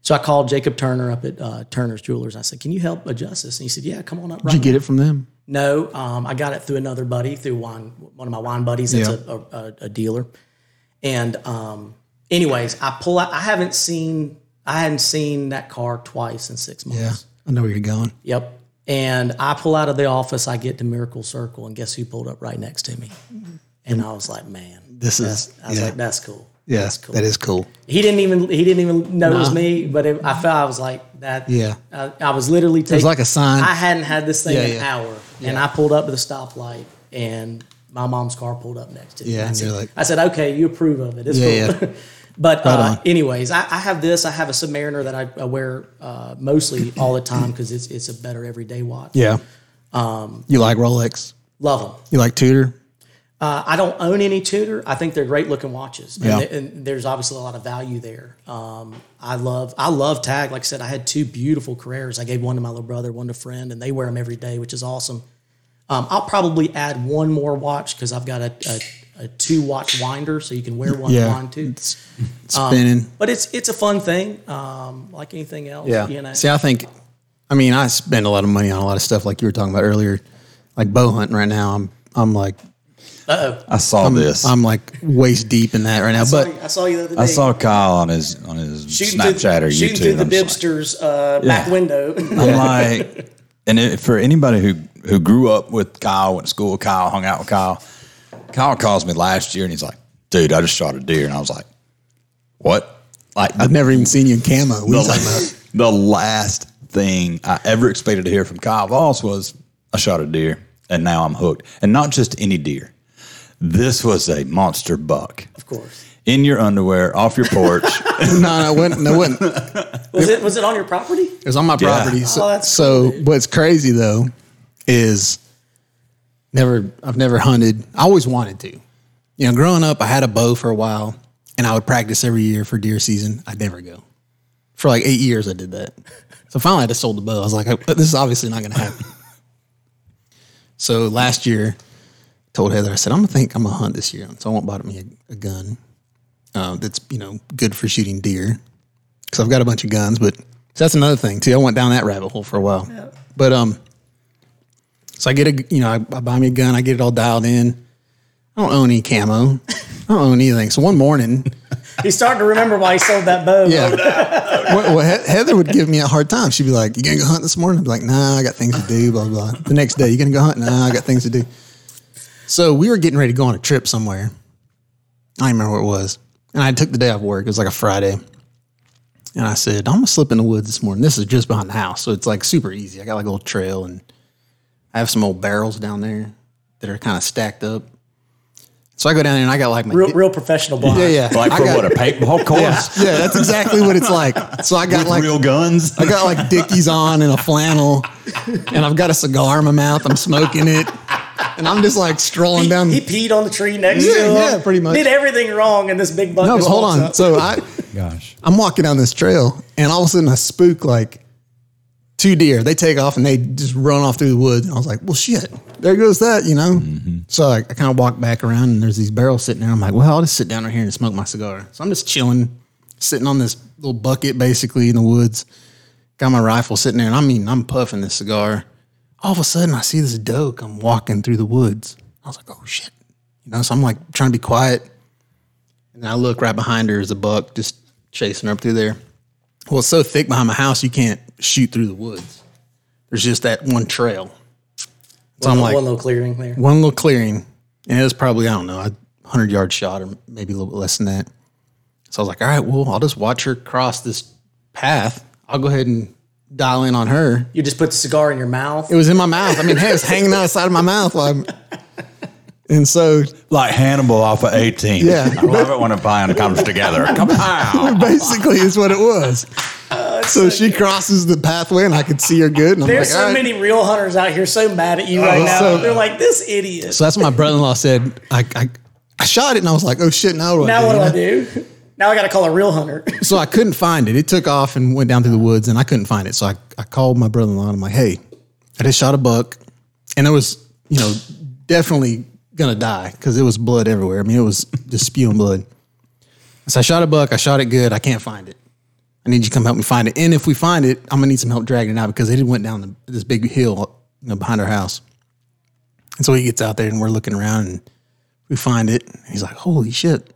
Speaker 4: So I called Jacob Turner up at uh, Turner's Jewelers. I said, "Can you help adjust this?" And he said, "Yeah, come on up." Right
Speaker 3: Did you get it from them?
Speaker 4: no, um, I got it through another buddy, through wine, one of my wine buddies. That's
Speaker 3: Yeah.
Speaker 4: a, a, a dealer, and um, Anyways, I pull out. I haven't seen. I hadn't seen that car twice in six months.
Speaker 3: Yeah, I know where you're going.
Speaker 4: Yep. And I pull out of the office, I get to Miracle Circle, and guess who pulled up right next to me? And I was like, man,
Speaker 3: This is
Speaker 4: I was
Speaker 3: yeah,
Speaker 4: like, that's cool.
Speaker 3: yeah,
Speaker 4: that's cool.
Speaker 3: that is cool.
Speaker 4: He didn't even he didn't even know it was me, but it, I felt I was like that.
Speaker 3: Yeah.
Speaker 4: I, I was literally taking.
Speaker 3: like a sign.
Speaker 4: I hadn't had this thing
Speaker 3: Yeah,
Speaker 4: in an
Speaker 3: yeah.
Speaker 4: hour, and I pulled up at the stoplight, and my mom's car pulled up next to me.
Speaker 3: Yeah,
Speaker 4: I
Speaker 3: and
Speaker 4: said,
Speaker 3: you're like-
Speaker 4: I said, okay, you approve of it. It's
Speaker 3: Yeah,
Speaker 4: cool. but uh,
Speaker 3: on.
Speaker 4: anyways, I, I have this. I have a Submariner that I, I wear uh, mostly all the time because it's it's a better everyday watch.
Speaker 3: Yeah. Um, you like Rolex?
Speaker 4: Love them.
Speaker 3: You like Tudor?
Speaker 4: Uh, I don't own any Tudor. I think they're great looking watches, and,
Speaker 3: Yeah.
Speaker 4: th- and there's obviously a lot of value there. Um, I love I love Tag. Like I said, I had two beautiful careers. I gave one to my little brother, one to a friend, and they wear them every day, which is awesome. Um, I'll probably add one more watch because I've got a, a, a two watch winder, so you can wear one
Speaker 3: Yeah.
Speaker 4: wand too.
Speaker 3: It's
Speaker 4: um,
Speaker 3: spinning.
Speaker 4: But it's it's a fun thing, um, like anything else.
Speaker 3: Yeah.
Speaker 4: you know.
Speaker 3: See, I think, I mean, I spend a lot of money on a lot of stuff, like you were talking about earlier, like bow hunting. Right now, I'm I'm like
Speaker 2: I saw this. i
Speaker 3: I'm like waist deep in that right now. But
Speaker 4: I saw you the other day.
Speaker 2: saw Kyle on his on his Snapchat
Speaker 4: through,
Speaker 2: or
Speaker 4: shooting
Speaker 2: YouTube.
Speaker 4: through the
Speaker 2: I'm just
Speaker 4: bibster's uh, back window.
Speaker 2: like- I'm like, and it, for anybody who who grew up with Kyle, went to school with Kyle, hung out with Kyle, Kyle calls me last year and he's like, "Dude, I just shot a deer," and I was like, "What?" Like
Speaker 3: I've never even seen you in camo. What are you talking about?
Speaker 2: the, the last thing I ever expected to hear from Kyle Voss was I shot a deer and now I'm hooked. And not just any deer. This was a monster buck.
Speaker 4: of course.
Speaker 2: In your underwear, off your porch.
Speaker 3: no, no, it wasn't. No, it wasn't. It
Speaker 4: Was it was it on your property?
Speaker 3: was on my
Speaker 2: Yeah.
Speaker 3: property. So,
Speaker 4: Oh, that's
Speaker 3: so what's crazy though is never. I've never hunted. I always wanted to. You know, growing up, I had a bow for a while, and I would practice every year for deer season. I'd never go. For like eight years, I did that. So finally, I just sold the bow. I was like, "Oh, "This is obviously not going to happen." so last year, told Heather, I said, "I'm gonna think I'm gonna hunt this year, so I won't buy me a, a gun uh, that's you know good for shooting deer." because I've got a bunch of guns. But so that's another thing too. I went down that rabbit hole for a while. But um, so I get a you know I, I buy me a gun. I get it all dialed in. I don't own any camo. I don't own anything. So one morning,
Speaker 4: He's starting to remember why he sold that bow.
Speaker 3: yeah, well, well, He- Heather would give me a hard time. She'd be like, "You gonna go hunt this morning?" I'd be like, "Nah, I got things to do." Blah blah. The next day, you gonna go hunt? Nah, I got things to do. So we were getting ready to go on a trip somewhere. I don't remember what it was, and I took the day off work. It was like a Friday, and I said, "I'm gonna slip in the woods this morning." This is just behind the house, so it's like super easy. I got like a little trail, and I have some old barrels down there that are kind of stacked up. So I go down there and I got like my
Speaker 4: Real, real professional blind.
Speaker 3: yeah yeah
Speaker 2: like
Speaker 3: I
Speaker 2: for
Speaker 3: got-
Speaker 2: what, a paintball course?
Speaker 3: yeah that's exactly what it's like. So I got
Speaker 2: With
Speaker 3: like
Speaker 2: real guns?
Speaker 3: I got like Dickies on and a flannel, and I've got a cigar in my mouth. I'm smoking it, and I'm just like strolling down.
Speaker 4: He peed on the tree next
Speaker 3: Yeah,
Speaker 4: to him.
Speaker 3: yeah, pretty much.
Speaker 4: Did everything wrong, and this big buck.
Speaker 3: no, but
Speaker 4: just
Speaker 3: hold
Speaker 4: walks
Speaker 3: on.
Speaker 4: up.
Speaker 3: So I,
Speaker 2: Gosh.
Speaker 3: I'm walking down this trail, and all of a sudden I spook like two deer. They take off and they just run off through the woods. And I was like, well, shit, there goes that, you know? So I, I kind of walk back around, and there's these barrels sitting there. I'm like, well, I'll just sit down right here and smoke my cigar. So I'm just chilling, sitting on this little bucket basically in the woods. Got my rifle sitting there, and I mean, I'm puffing this cigar. All of a sudden, I see this doe come walking through the woods. I was like, oh, shit. You know, so I'm like trying to be quiet. And I look right behind her is a buck just chasing her up through there. Well, it's so thick behind my house, you can't shoot through the woods. There's just that one trail. So I'm
Speaker 4: One
Speaker 3: like,
Speaker 4: little clearing there.
Speaker 3: one little clearing, and it was probably, I don't know, a 100 yard shot or maybe a little bit less than that. So I was like, all right, well, I'll just watch her cross this path. I'll go ahead and dial in on her.
Speaker 4: You just put the cigar in your mouth.
Speaker 3: It was in my mouth. I mean, hey, it was hanging out the side of my mouth. While I'm, and so
Speaker 2: Like Hannibal off of 18.
Speaker 3: Yeah.
Speaker 2: I love it when a pine comes together. Kapow.
Speaker 3: basically is what it was.
Speaker 4: Oh,
Speaker 3: so she crosses the pathway, and I could see her good. And I'm
Speaker 4: There's
Speaker 3: like,
Speaker 4: so
Speaker 3: all right.
Speaker 4: many real hunters out here so mad at you right
Speaker 3: Oh,
Speaker 4: now.
Speaker 3: so-
Speaker 4: They're like, this idiot.
Speaker 3: So that's what my brother-in-law said. I, I, I shot it, and I was like, oh shit, now what do I
Speaker 4: now
Speaker 3: do?
Speaker 4: what do
Speaker 3: You
Speaker 4: I
Speaker 3: know?
Speaker 4: do? Now I got to call a real hunter.
Speaker 3: So I couldn't find it. It took off and went down through the woods, and I couldn't find it. So I, I called my brother-in-law, and I'm like, hey, I just shot a buck, and it was, you know, definitely gonna die because it was blood everywhere. I mean, it was just spewing blood. So I shot a buck. I shot it good. I can't find it. I need you to come help me find it. And if we find it, I'm gonna need some help dragging it out because it went down the, this big hill you know, behind our house. And so he gets out there and we're looking around and we find it. And he's like, "Holy shit!"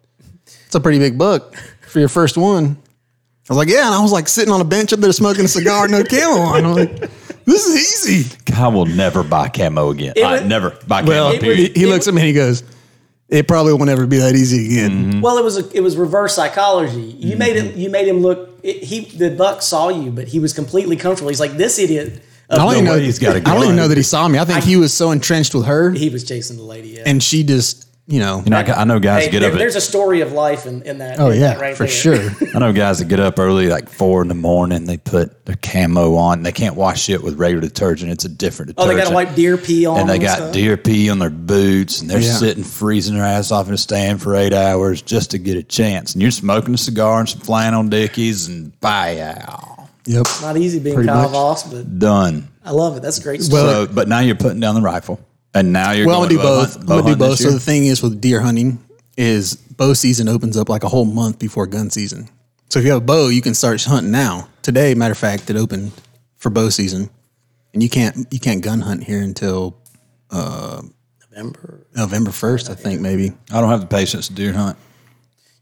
Speaker 3: It's a pretty big buck for your first one. I was like, yeah. And I was like sitting on a bench up there smoking a cigar, no camo on. I'm like, this is easy.
Speaker 2: I will never buy camo again. I
Speaker 4: would-
Speaker 2: never buy
Speaker 3: Well,
Speaker 2: camo.
Speaker 4: would-
Speaker 3: he,
Speaker 2: Period.
Speaker 3: he looks at me and he goes, it probably won't ever be that easy
Speaker 2: Mm-hmm.
Speaker 3: again.
Speaker 4: Well, it was a, it was reverse psychology. You made it. You made him look. It, he the buck saw you, but he was completely comfortable. He's like this idiot.
Speaker 3: I don't, even know,
Speaker 2: way he's got a
Speaker 3: I don't even
Speaker 2: gun.
Speaker 3: know that he saw me. I think he was so entrenched with her
Speaker 4: He was chasing the lady. Yeah.
Speaker 3: and she just, you know,
Speaker 2: You know, I, ca- I know guys
Speaker 4: Hey,
Speaker 2: get
Speaker 4: there-
Speaker 2: up.
Speaker 4: there's
Speaker 2: At,
Speaker 4: a story of life in, in that.
Speaker 3: oh
Speaker 4: in
Speaker 3: yeah,
Speaker 4: that right
Speaker 3: for
Speaker 4: there.
Speaker 3: sure.
Speaker 2: I know guys that get up early, like four in the morning. They put their camo on. They can't wash it with regular detergent. It's a different
Speaker 4: Oh,
Speaker 2: detergent.
Speaker 4: they got to wipe deer pee on.
Speaker 2: and they
Speaker 4: them
Speaker 2: got
Speaker 4: stuff.
Speaker 2: deer pee on their boots, and they're
Speaker 3: Yeah.
Speaker 2: sitting freezing their ass off in a stand for eight hours just to get a chance. And you're smoking a cigar and some flannel dickies, and bye
Speaker 3: Yep.
Speaker 4: Not easy being
Speaker 3: Pretty
Speaker 4: Kyle
Speaker 3: much.
Speaker 4: Voss, but
Speaker 2: done.
Speaker 4: I love it. That's a great story.
Speaker 2: So, but now you're putting down the rifle, and now you're
Speaker 3: Well, I'm
Speaker 2: going
Speaker 3: gonna do
Speaker 2: to a uh,
Speaker 3: both.
Speaker 2: hunt-
Speaker 3: I'm gonna
Speaker 2: bow
Speaker 3: do
Speaker 2: hunt this
Speaker 3: both. So
Speaker 2: year?
Speaker 3: the thing is with deer hunting is bow season opens up like a whole month before gun season. So if you have a bow, you can start hunting now. Today, matter of fact, it opened for bow season, and you can't you can't gun hunt here until
Speaker 4: Remember.
Speaker 3: November first, I think maybe.
Speaker 2: I don't have the patience to deer hunt.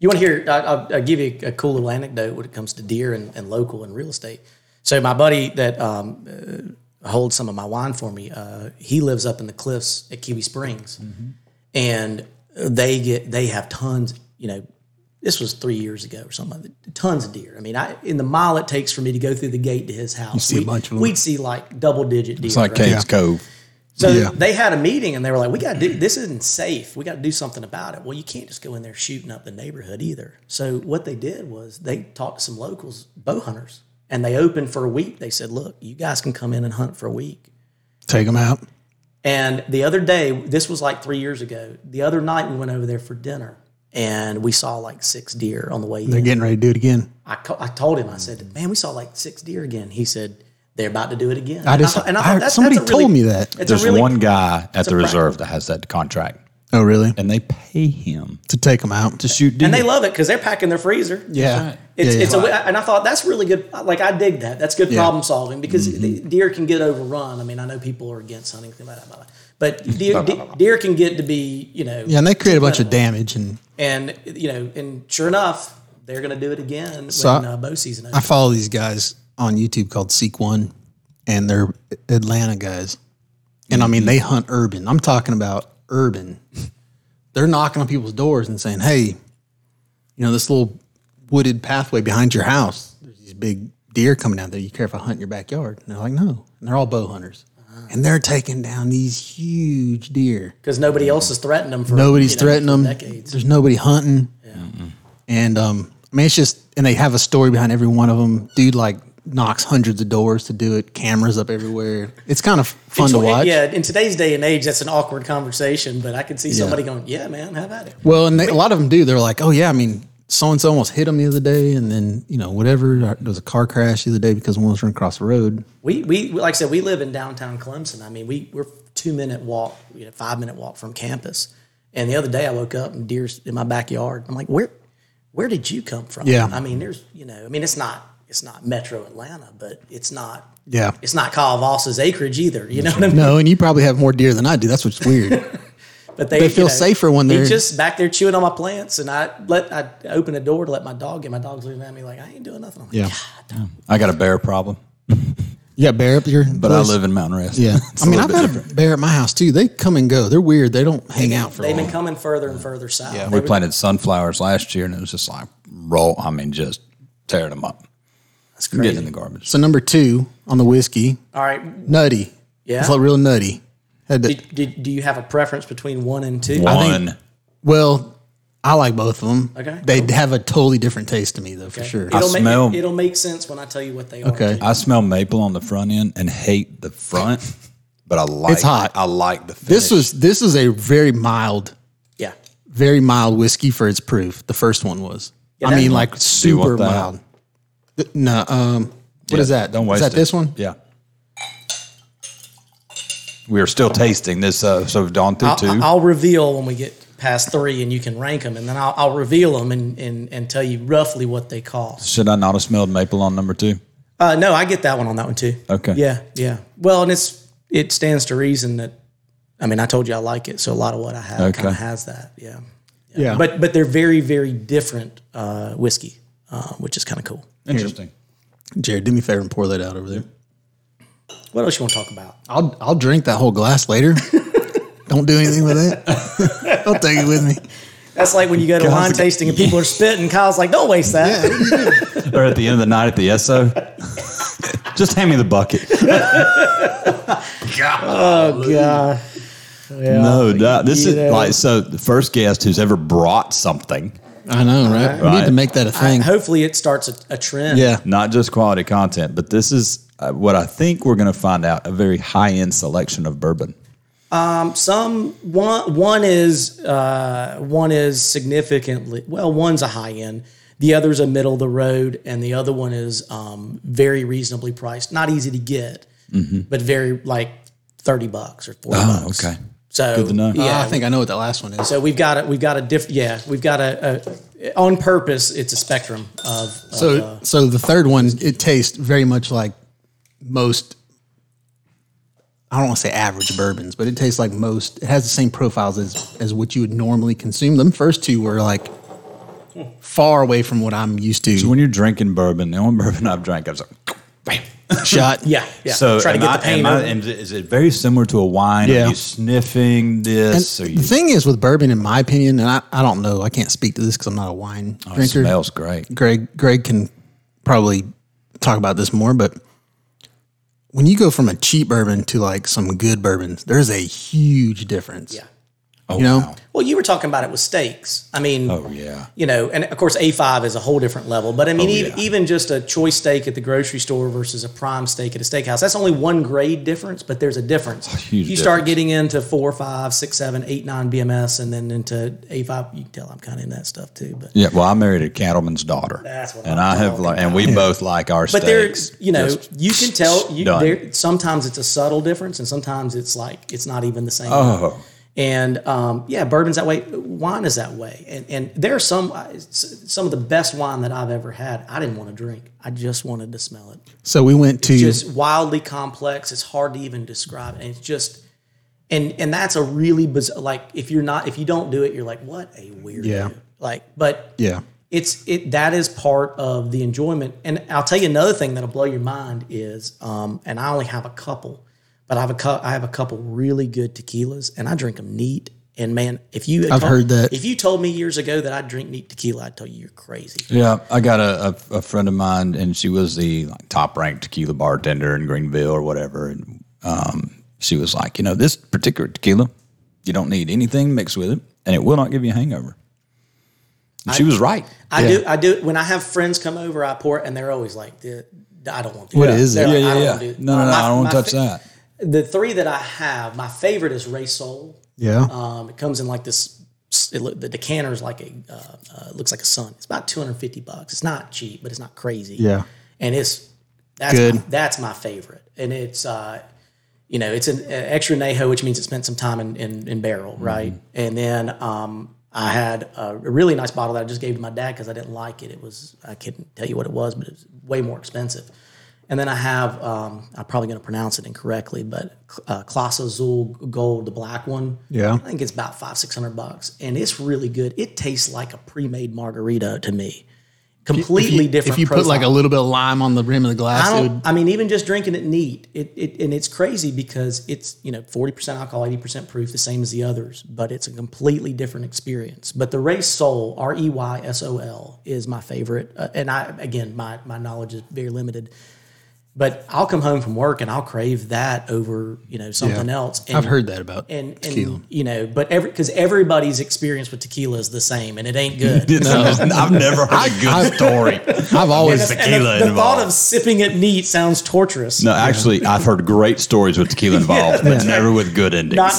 Speaker 4: You want to hear? I, I'll, I'll give you a cool little anecdote when it comes to deer and, and local and real estate. So my buddy that um, uh, holds some of my wine for me, uh, he lives up in the cliffs at Kiwi Springs,
Speaker 3: Mm-hmm.
Speaker 4: and they get they have tons. You know, this was three years ago or something. like that, Tons of deer. I mean, I in the mile it takes for me to go through the gate to his house,
Speaker 3: see a
Speaker 4: we,
Speaker 3: bunch of 'em.
Speaker 4: We'd see like double digit deer.
Speaker 2: It's like
Speaker 4: right?
Speaker 2: Caves Cove.
Speaker 4: So
Speaker 3: Yeah.
Speaker 4: they had a meeting and they were like, "We got to do this. Isn't safe. We got to do something about it." Well, you can't just go in there shooting up the neighborhood either. So what they did was they talked to some locals, bow hunters, and they opened for a week. They said, "Look, you guys can come in and hunt for a week."
Speaker 3: Take them out.
Speaker 4: And the other day, this was like three years ago. The other night, we went over there for dinner and we saw like six deer on the way in.
Speaker 3: They're getting ready to do it again.
Speaker 4: I, co- I told him, I said, "Man, we saw like six deer again." He said, "They're about to do it again."
Speaker 3: I just
Speaker 4: thought-
Speaker 3: and
Speaker 4: thought, "That's- that's
Speaker 3: somebody
Speaker 4: a really-
Speaker 3: told me that.
Speaker 4: It's
Speaker 2: There's
Speaker 4: a really
Speaker 2: one guy at the
Speaker 4: a
Speaker 2: reserve that has that contract,
Speaker 3: Oh really?
Speaker 2: and they pay him
Speaker 3: To take them out.
Speaker 2: to shoot deer.
Speaker 4: and they love it because they're packing their freezer.
Speaker 3: yeah.
Speaker 4: It's,
Speaker 3: yeah, yeah.
Speaker 4: it's a, and I thought that's really good. Like I dig that. That's good problem solving because
Speaker 3: Mm-hmm.
Speaker 4: the deer can get overrun. I mean, I know people are against hunting, blah, blah, blah, blah. but deer, de- deer can get to be, you know,
Speaker 3: yeah, and they create a bunch of damage and
Speaker 4: and you know, and sure enough, they're going to do it again
Speaker 3: So
Speaker 4: when
Speaker 3: I-
Speaker 4: uh, bow season.
Speaker 3: I
Speaker 4: Opens.
Speaker 3: follow these guys on YouTube called Seek One, and they're Atlanta guys. And I mean, they hunt urban. I'm talking about urban. They're knocking on people's doors and saying, "Hey, you know this little wooded pathway behind your house? There's these big deer coming out there. You care if I hunt in your backyard?" And they're like, "No." And they're all bow hunters, and they're taking down these huge deer.
Speaker 4: Because nobody else has threatened them. For,
Speaker 3: Nobody's
Speaker 4: you know,
Speaker 3: threatening
Speaker 4: for
Speaker 3: them.
Speaker 4: Decades.
Speaker 3: There's nobody hunting. And um, I mean, it's just, and they have a story behind every one of them. Dude, like knocks hundreds of doors to do it. Cameras up everywhere. It's kind of fun to
Speaker 4: So,
Speaker 3: watch.
Speaker 4: Yeah, in today's day and age, that's an awkward conversation. But I could see somebody going, "Yeah, man, how about it?"
Speaker 3: Well, and they, a lot of them do. They're like, oh yeah, I mean, so and so almost hit him the other day, and then you know whatever. uh, There was a car crash the other day because one was running across the road.
Speaker 4: We, we like I said, we live in downtown Clemson. I mean, we we're two minute walk, you know, five minute walk from campus. And the other day, I woke up and deer's in my backyard. I'm like, where where did you come from?
Speaker 3: Yeah.
Speaker 4: I mean, there's you know, I mean, it's not it's not Metro Atlanta, but it's not
Speaker 3: Yeah.
Speaker 4: it's not Kyle Voss's acreage either. You know what I mean?
Speaker 3: No, and you probably have more deer than I do. That's what's weird.
Speaker 4: But they,
Speaker 3: They
Speaker 4: you
Speaker 3: feel safer when
Speaker 4: he
Speaker 3: they're-
Speaker 4: just back there chewing on my plants, and I let I open a door to let my dog in. My dog's looking at me like I ain't doing nothing. I'm like,
Speaker 3: Yeah.
Speaker 2: I got a bear problem,
Speaker 3: you got bear up your.
Speaker 2: but I live in Mountain Rest.
Speaker 3: Yeah,
Speaker 2: It's
Speaker 3: I
Speaker 2: a
Speaker 3: mean,
Speaker 2: little
Speaker 3: I've
Speaker 2: bit
Speaker 3: got
Speaker 2: different.
Speaker 3: a bear at my house too. They come and go. They're weird. They don't hang out for.
Speaker 4: They've
Speaker 3: long.
Speaker 4: been coming further and further south. They
Speaker 2: We
Speaker 4: were-
Speaker 2: planted sunflowers last year, and it was just like roll. I mean, just tearing them up.
Speaker 4: That's
Speaker 2: Getting
Speaker 4: crazy.
Speaker 2: in the garbage.
Speaker 3: So number two on the whiskey,
Speaker 4: All right,
Speaker 3: nutty.
Speaker 4: Yeah?
Speaker 3: it's like real nutty. Had to,
Speaker 4: Did, did, do you have a preference between one and two?
Speaker 2: One.
Speaker 3: well, I like both of them.
Speaker 4: Okay.
Speaker 3: they have a totally different taste to me though, for sure.
Speaker 4: It'll make,
Speaker 2: smell-
Speaker 4: It, will make sense when I tell you what they are.
Speaker 3: Okay.
Speaker 4: too.
Speaker 2: I smell maple on the front end and hate the front, but I like
Speaker 3: It's hot.
Speaker 2: I like the finish.
Speaker 3: this was this is a very mild,
Speaker 4: Yeah.
Speaker 3: very mild whiskey for its proof. The first one was. I
Speaker 4: that-
Speaker 3: mean, like
Speaker 2: want
Speaker 3: super
Speaker 2: that?
Speaker 3: mild. Th- No, um, what is that?
Speaker 2: Don't
Speaker 3: Is
Speaker 2: waste
Speaker 3: that
Speaker 2: it.
Speaker 3: this one?
Speaker 2: Yeah. We are still tasting this. Uh, so we've gone through
Speaker 4: I'll,
Speaker 2: 2
Speaker 4: I'll reveal when we get past three, and you can rank them, and then I'll, I'll reveal them and, and, and tell you roughly what they cost.
Speaker 2: Should I not have smelled maple on number two?
Speaker 4: Uh, no, I get that one on that one too.
Speaker 2: Okay.
Speaker 4: Yeah, yeah. Well, and it's it stands to reason that, I mean, I told you I like it, so a lot of what I have
Speaker 2: Okay.
Speaker 4: kind of has that. Yeah.
Speaker 3: Yeah. But
Speaker 4: But but they're very very different uh, whiskey, uh, which is kind of cool.
Speaker 2: Interesting.
Speaker 3: Jared, do me a favor and pour that out over there.
Speaker 4: What else you want to talk about?
Speaker 3: I'll I'll drink that whole glass later. Don't do anything with it. I'll take it with me.
Speaker 4: That's like when you go to wine tasting and people are spitting. Kyle's like, "Don't waste that."
Speaker 2: or at the end of the night at the SO. Just hand me the bucket.
Speaker 4: Yeah.
Speaker 2: no, doubt. this
Speaker 4: you
Speaker 2: is
Speaker 4: know.
Speaker 2: like so. The first guest who's ever brought something,
Speaker 3: I know, right? We need
Speaker 2: Right.
Speaker 3: to make that a thing.
Speaker 4: Hopefully, it starts a, a trend.
Speaker 3: yeah.
Speaker 2: not just quality content, but this is uh, what I think we're going to find out a very high end selection of bourbon.
Speaker 4: Some one one is uh, one is significantly well. One's a high end. The other's a middle of the road, and the other one is um, very reasonably priced. Not easy to get,
Speaker 2: Mm-hmm.
Speaker 4: but very like thirty bucks or forty
Speaker 3: Oh,
Speaker 4: bucks.
Speaker 2: okay.
Speaker 4: So
Speaker 2: Oh, Good to know.
Speaker 4: Yeah,
Speaker 3: Uh, I think I know what that last one is.
Speaker 4: So we've got a we've got a diff yeah we've got a, a on purpose it's a spectrum of, of
Speaker 3: So, so the third one, it tastes very much like most. I don't want to say average bourbons, but it tastes like most. It has the same profiles as as what you would normally consume. Them first two were like far away from what I'm used to.
Speaker 2: When you're drinking bourbon, the only bourbon I've drank, I was like,
Speaker 3: Shot,
Speaker 4: yeah yeah
Speaker 2: so
Speaker 4: try to
Speaker 2: am
Speaker 4: get
Speaker 2: I-
Speaker 4: the pain
Speaker 2: am I-
Speaker 4: over.
Speaker 2: am- is it very similar to a wine?
Speaker 3: Yeah.
Speaker 2: Are you sniffing
Speaker 3: And
Speaker 2: this? Are you,
Speaker 3: the thing is with bourbon, in my opinion, and I, I don't know, I can't speak to this because I'm not a wine
Speaker 2: it
Speaker 3: drinker.
Speaker 2: smells great.
Speaker 3: Greg Greg can probably talk about this more, but when you go from a cheap bourbon to like some good bourbons, there's a huge difference.
Speaker 4: yeah
Speaker 2: Oh,
Speaker 3: You know?
Speaker 2: wow.
Speaker 4: well you were talking about it with steaks I mean
Speaker 2: Oh, yeah.
Speaker 4: you know and of course A five is a whole different level but I mean
Speaker 2: Oh,
Speaker 4: e-
Speaker 2: yeah.
Speaker 4: even just a choice steak at the grocery store versus a prime steak at a steakhouse that's only one grade difference but there's a difference
Speaker 2: huge
Speaker 4: you start
Speaker 2: difference.
Speaker 4: getting into four five six seven eight nine BMS and then into A five you can tell I'm kind of in that stuff too but
Speaker 2: Yeah, well, I married a cattleman's daughter,
Speaker 4: That's what
Speaker 2: and
Speaker 4: I'm
Speaker 2: I have,
Speaker 4: talking
Speaker 2: like, and we both like our
Speaker 4: But there,
Speaker 2: steaks.
Speaker 4: you know,
Speaker 2: just-
Speaker 4: you can tell. You,
Speaker 2: done.
Speaker 4: there, sometimes it's a subtle difference, and sometimes it's like it's not even the same.
Speaker 2: oh,
Speaker 4: And um, yeah, bourbon's that way. Wine is that way. And and there are some uh, s- some of the best wine that I've ever had. I didn't want to drink. I just wanted to smell it.
Speaker 3: So we went to
Speaker 4: Just wildly complex. It's hard to even describe, and it's just. And, and that's a really bizarre like if you're not if you don't do it you're like what a weirdo
Speaker 3: Yeah.
Speaker 4: like but
Speaker 3: yeah.
Speaker 4: it's it that is part of the enjoyment and i'll tell you another thing that'll blow your mind is um and i only have a couple but i have a cou- i have a couple really good tequilas and i drink them neat and man if you had
Speaker 3: I've heard that.
Speaker 4: if you told me years ago that i drink neat tequila i'd tell you you're crazy
Speaker 2: yeah. I got a, a, a friend of mine, and she was the like, top ranked tequila bartender in Greenville or whatever, and um, she was like, you know, this particular tequila, you don't need anything mixed with it, and it will not give you a hangover. And she was right.
Speaker 4: i do i do when i have friends come over i pour it and they're always like "Dude, I don't want to.
Speaker 3: What is it?
Speaker 2: Yeah,
Speaker 3: Yeah,
Speaker 2: yeah, yeah. No, no, no, I don't want to touch that.
Speaker 4: The three that I have, my favorite is Ray Sol.
Speaker 3: Yeah.
Speaker 4: Um, it comes in like this. It look, the decanter is like a uh, uh, looks like a sun. It's about two hundred fifty bucks. It's not cheap, but it's not crazy.
Speaker 3: Yeah.
Speaker 4: and it's that's
Speaker 3: Good.
Speaker 4: My, that's my favorite, and it's uh, you know it's an uh, extra nejo, which means it spent some time in in, in barrel,
Speaker 3: Mm-hmm.
Speaker 4: right? And then um, I had a really nice bottle that I just gave to my dad because I didn't like it. It was I couldn't tell you what it was, but it was way more expensive. And then I have um, I'm probably going to pronounce it incorrectly, but uh, Class Azul Gold, the black one.
Speaker 3: Yeah.
Speaker 4: I think it's about five six hundred bucks, and it's really good. It tastes like a pre-made margarita to me. Completely
Speaker 3: If
Speaker 4: different.
Speaker 3: you put like a
Speaker 4: profile.
Speaker 3: little bit of lime on the rim of the glass,
Speaker 4: I
Speaker 3: it
Speaker 4: don't.
Speaker 3: would,
Speaker 4: I mean, even just drinking it neat, it, it and it's crazy because it's you know forty percent alcohol, eighty percent proof, the same as the others, but it's a completely different experience. But the Ray Soul, R E Y S O L, is my favorite, uh, and I again, my my knowledge is very limited. But I'll come home from work and I'll crave that over you know something else. And,
Speaker 3: I've heard that about
Speaker 4: And, and
Speaker 3: tequila.
Speaker 4: you know, but every because everybody's experience with tequila is the same, and it ain't good.
Speaker 2: I've never heard a good story.
Speaker 3: I've always
Speaker 2: Yes.
Speaker 4: And
Speaker 2: Tequila
Speaker 4: the, the
Speaker 2: involved.
Speaker 4: thought of sipping it neat sounds torturous.
Speaker 2: No, actually, I've heard great stories with tequila involved, but never with good endings.
Speaker 4: not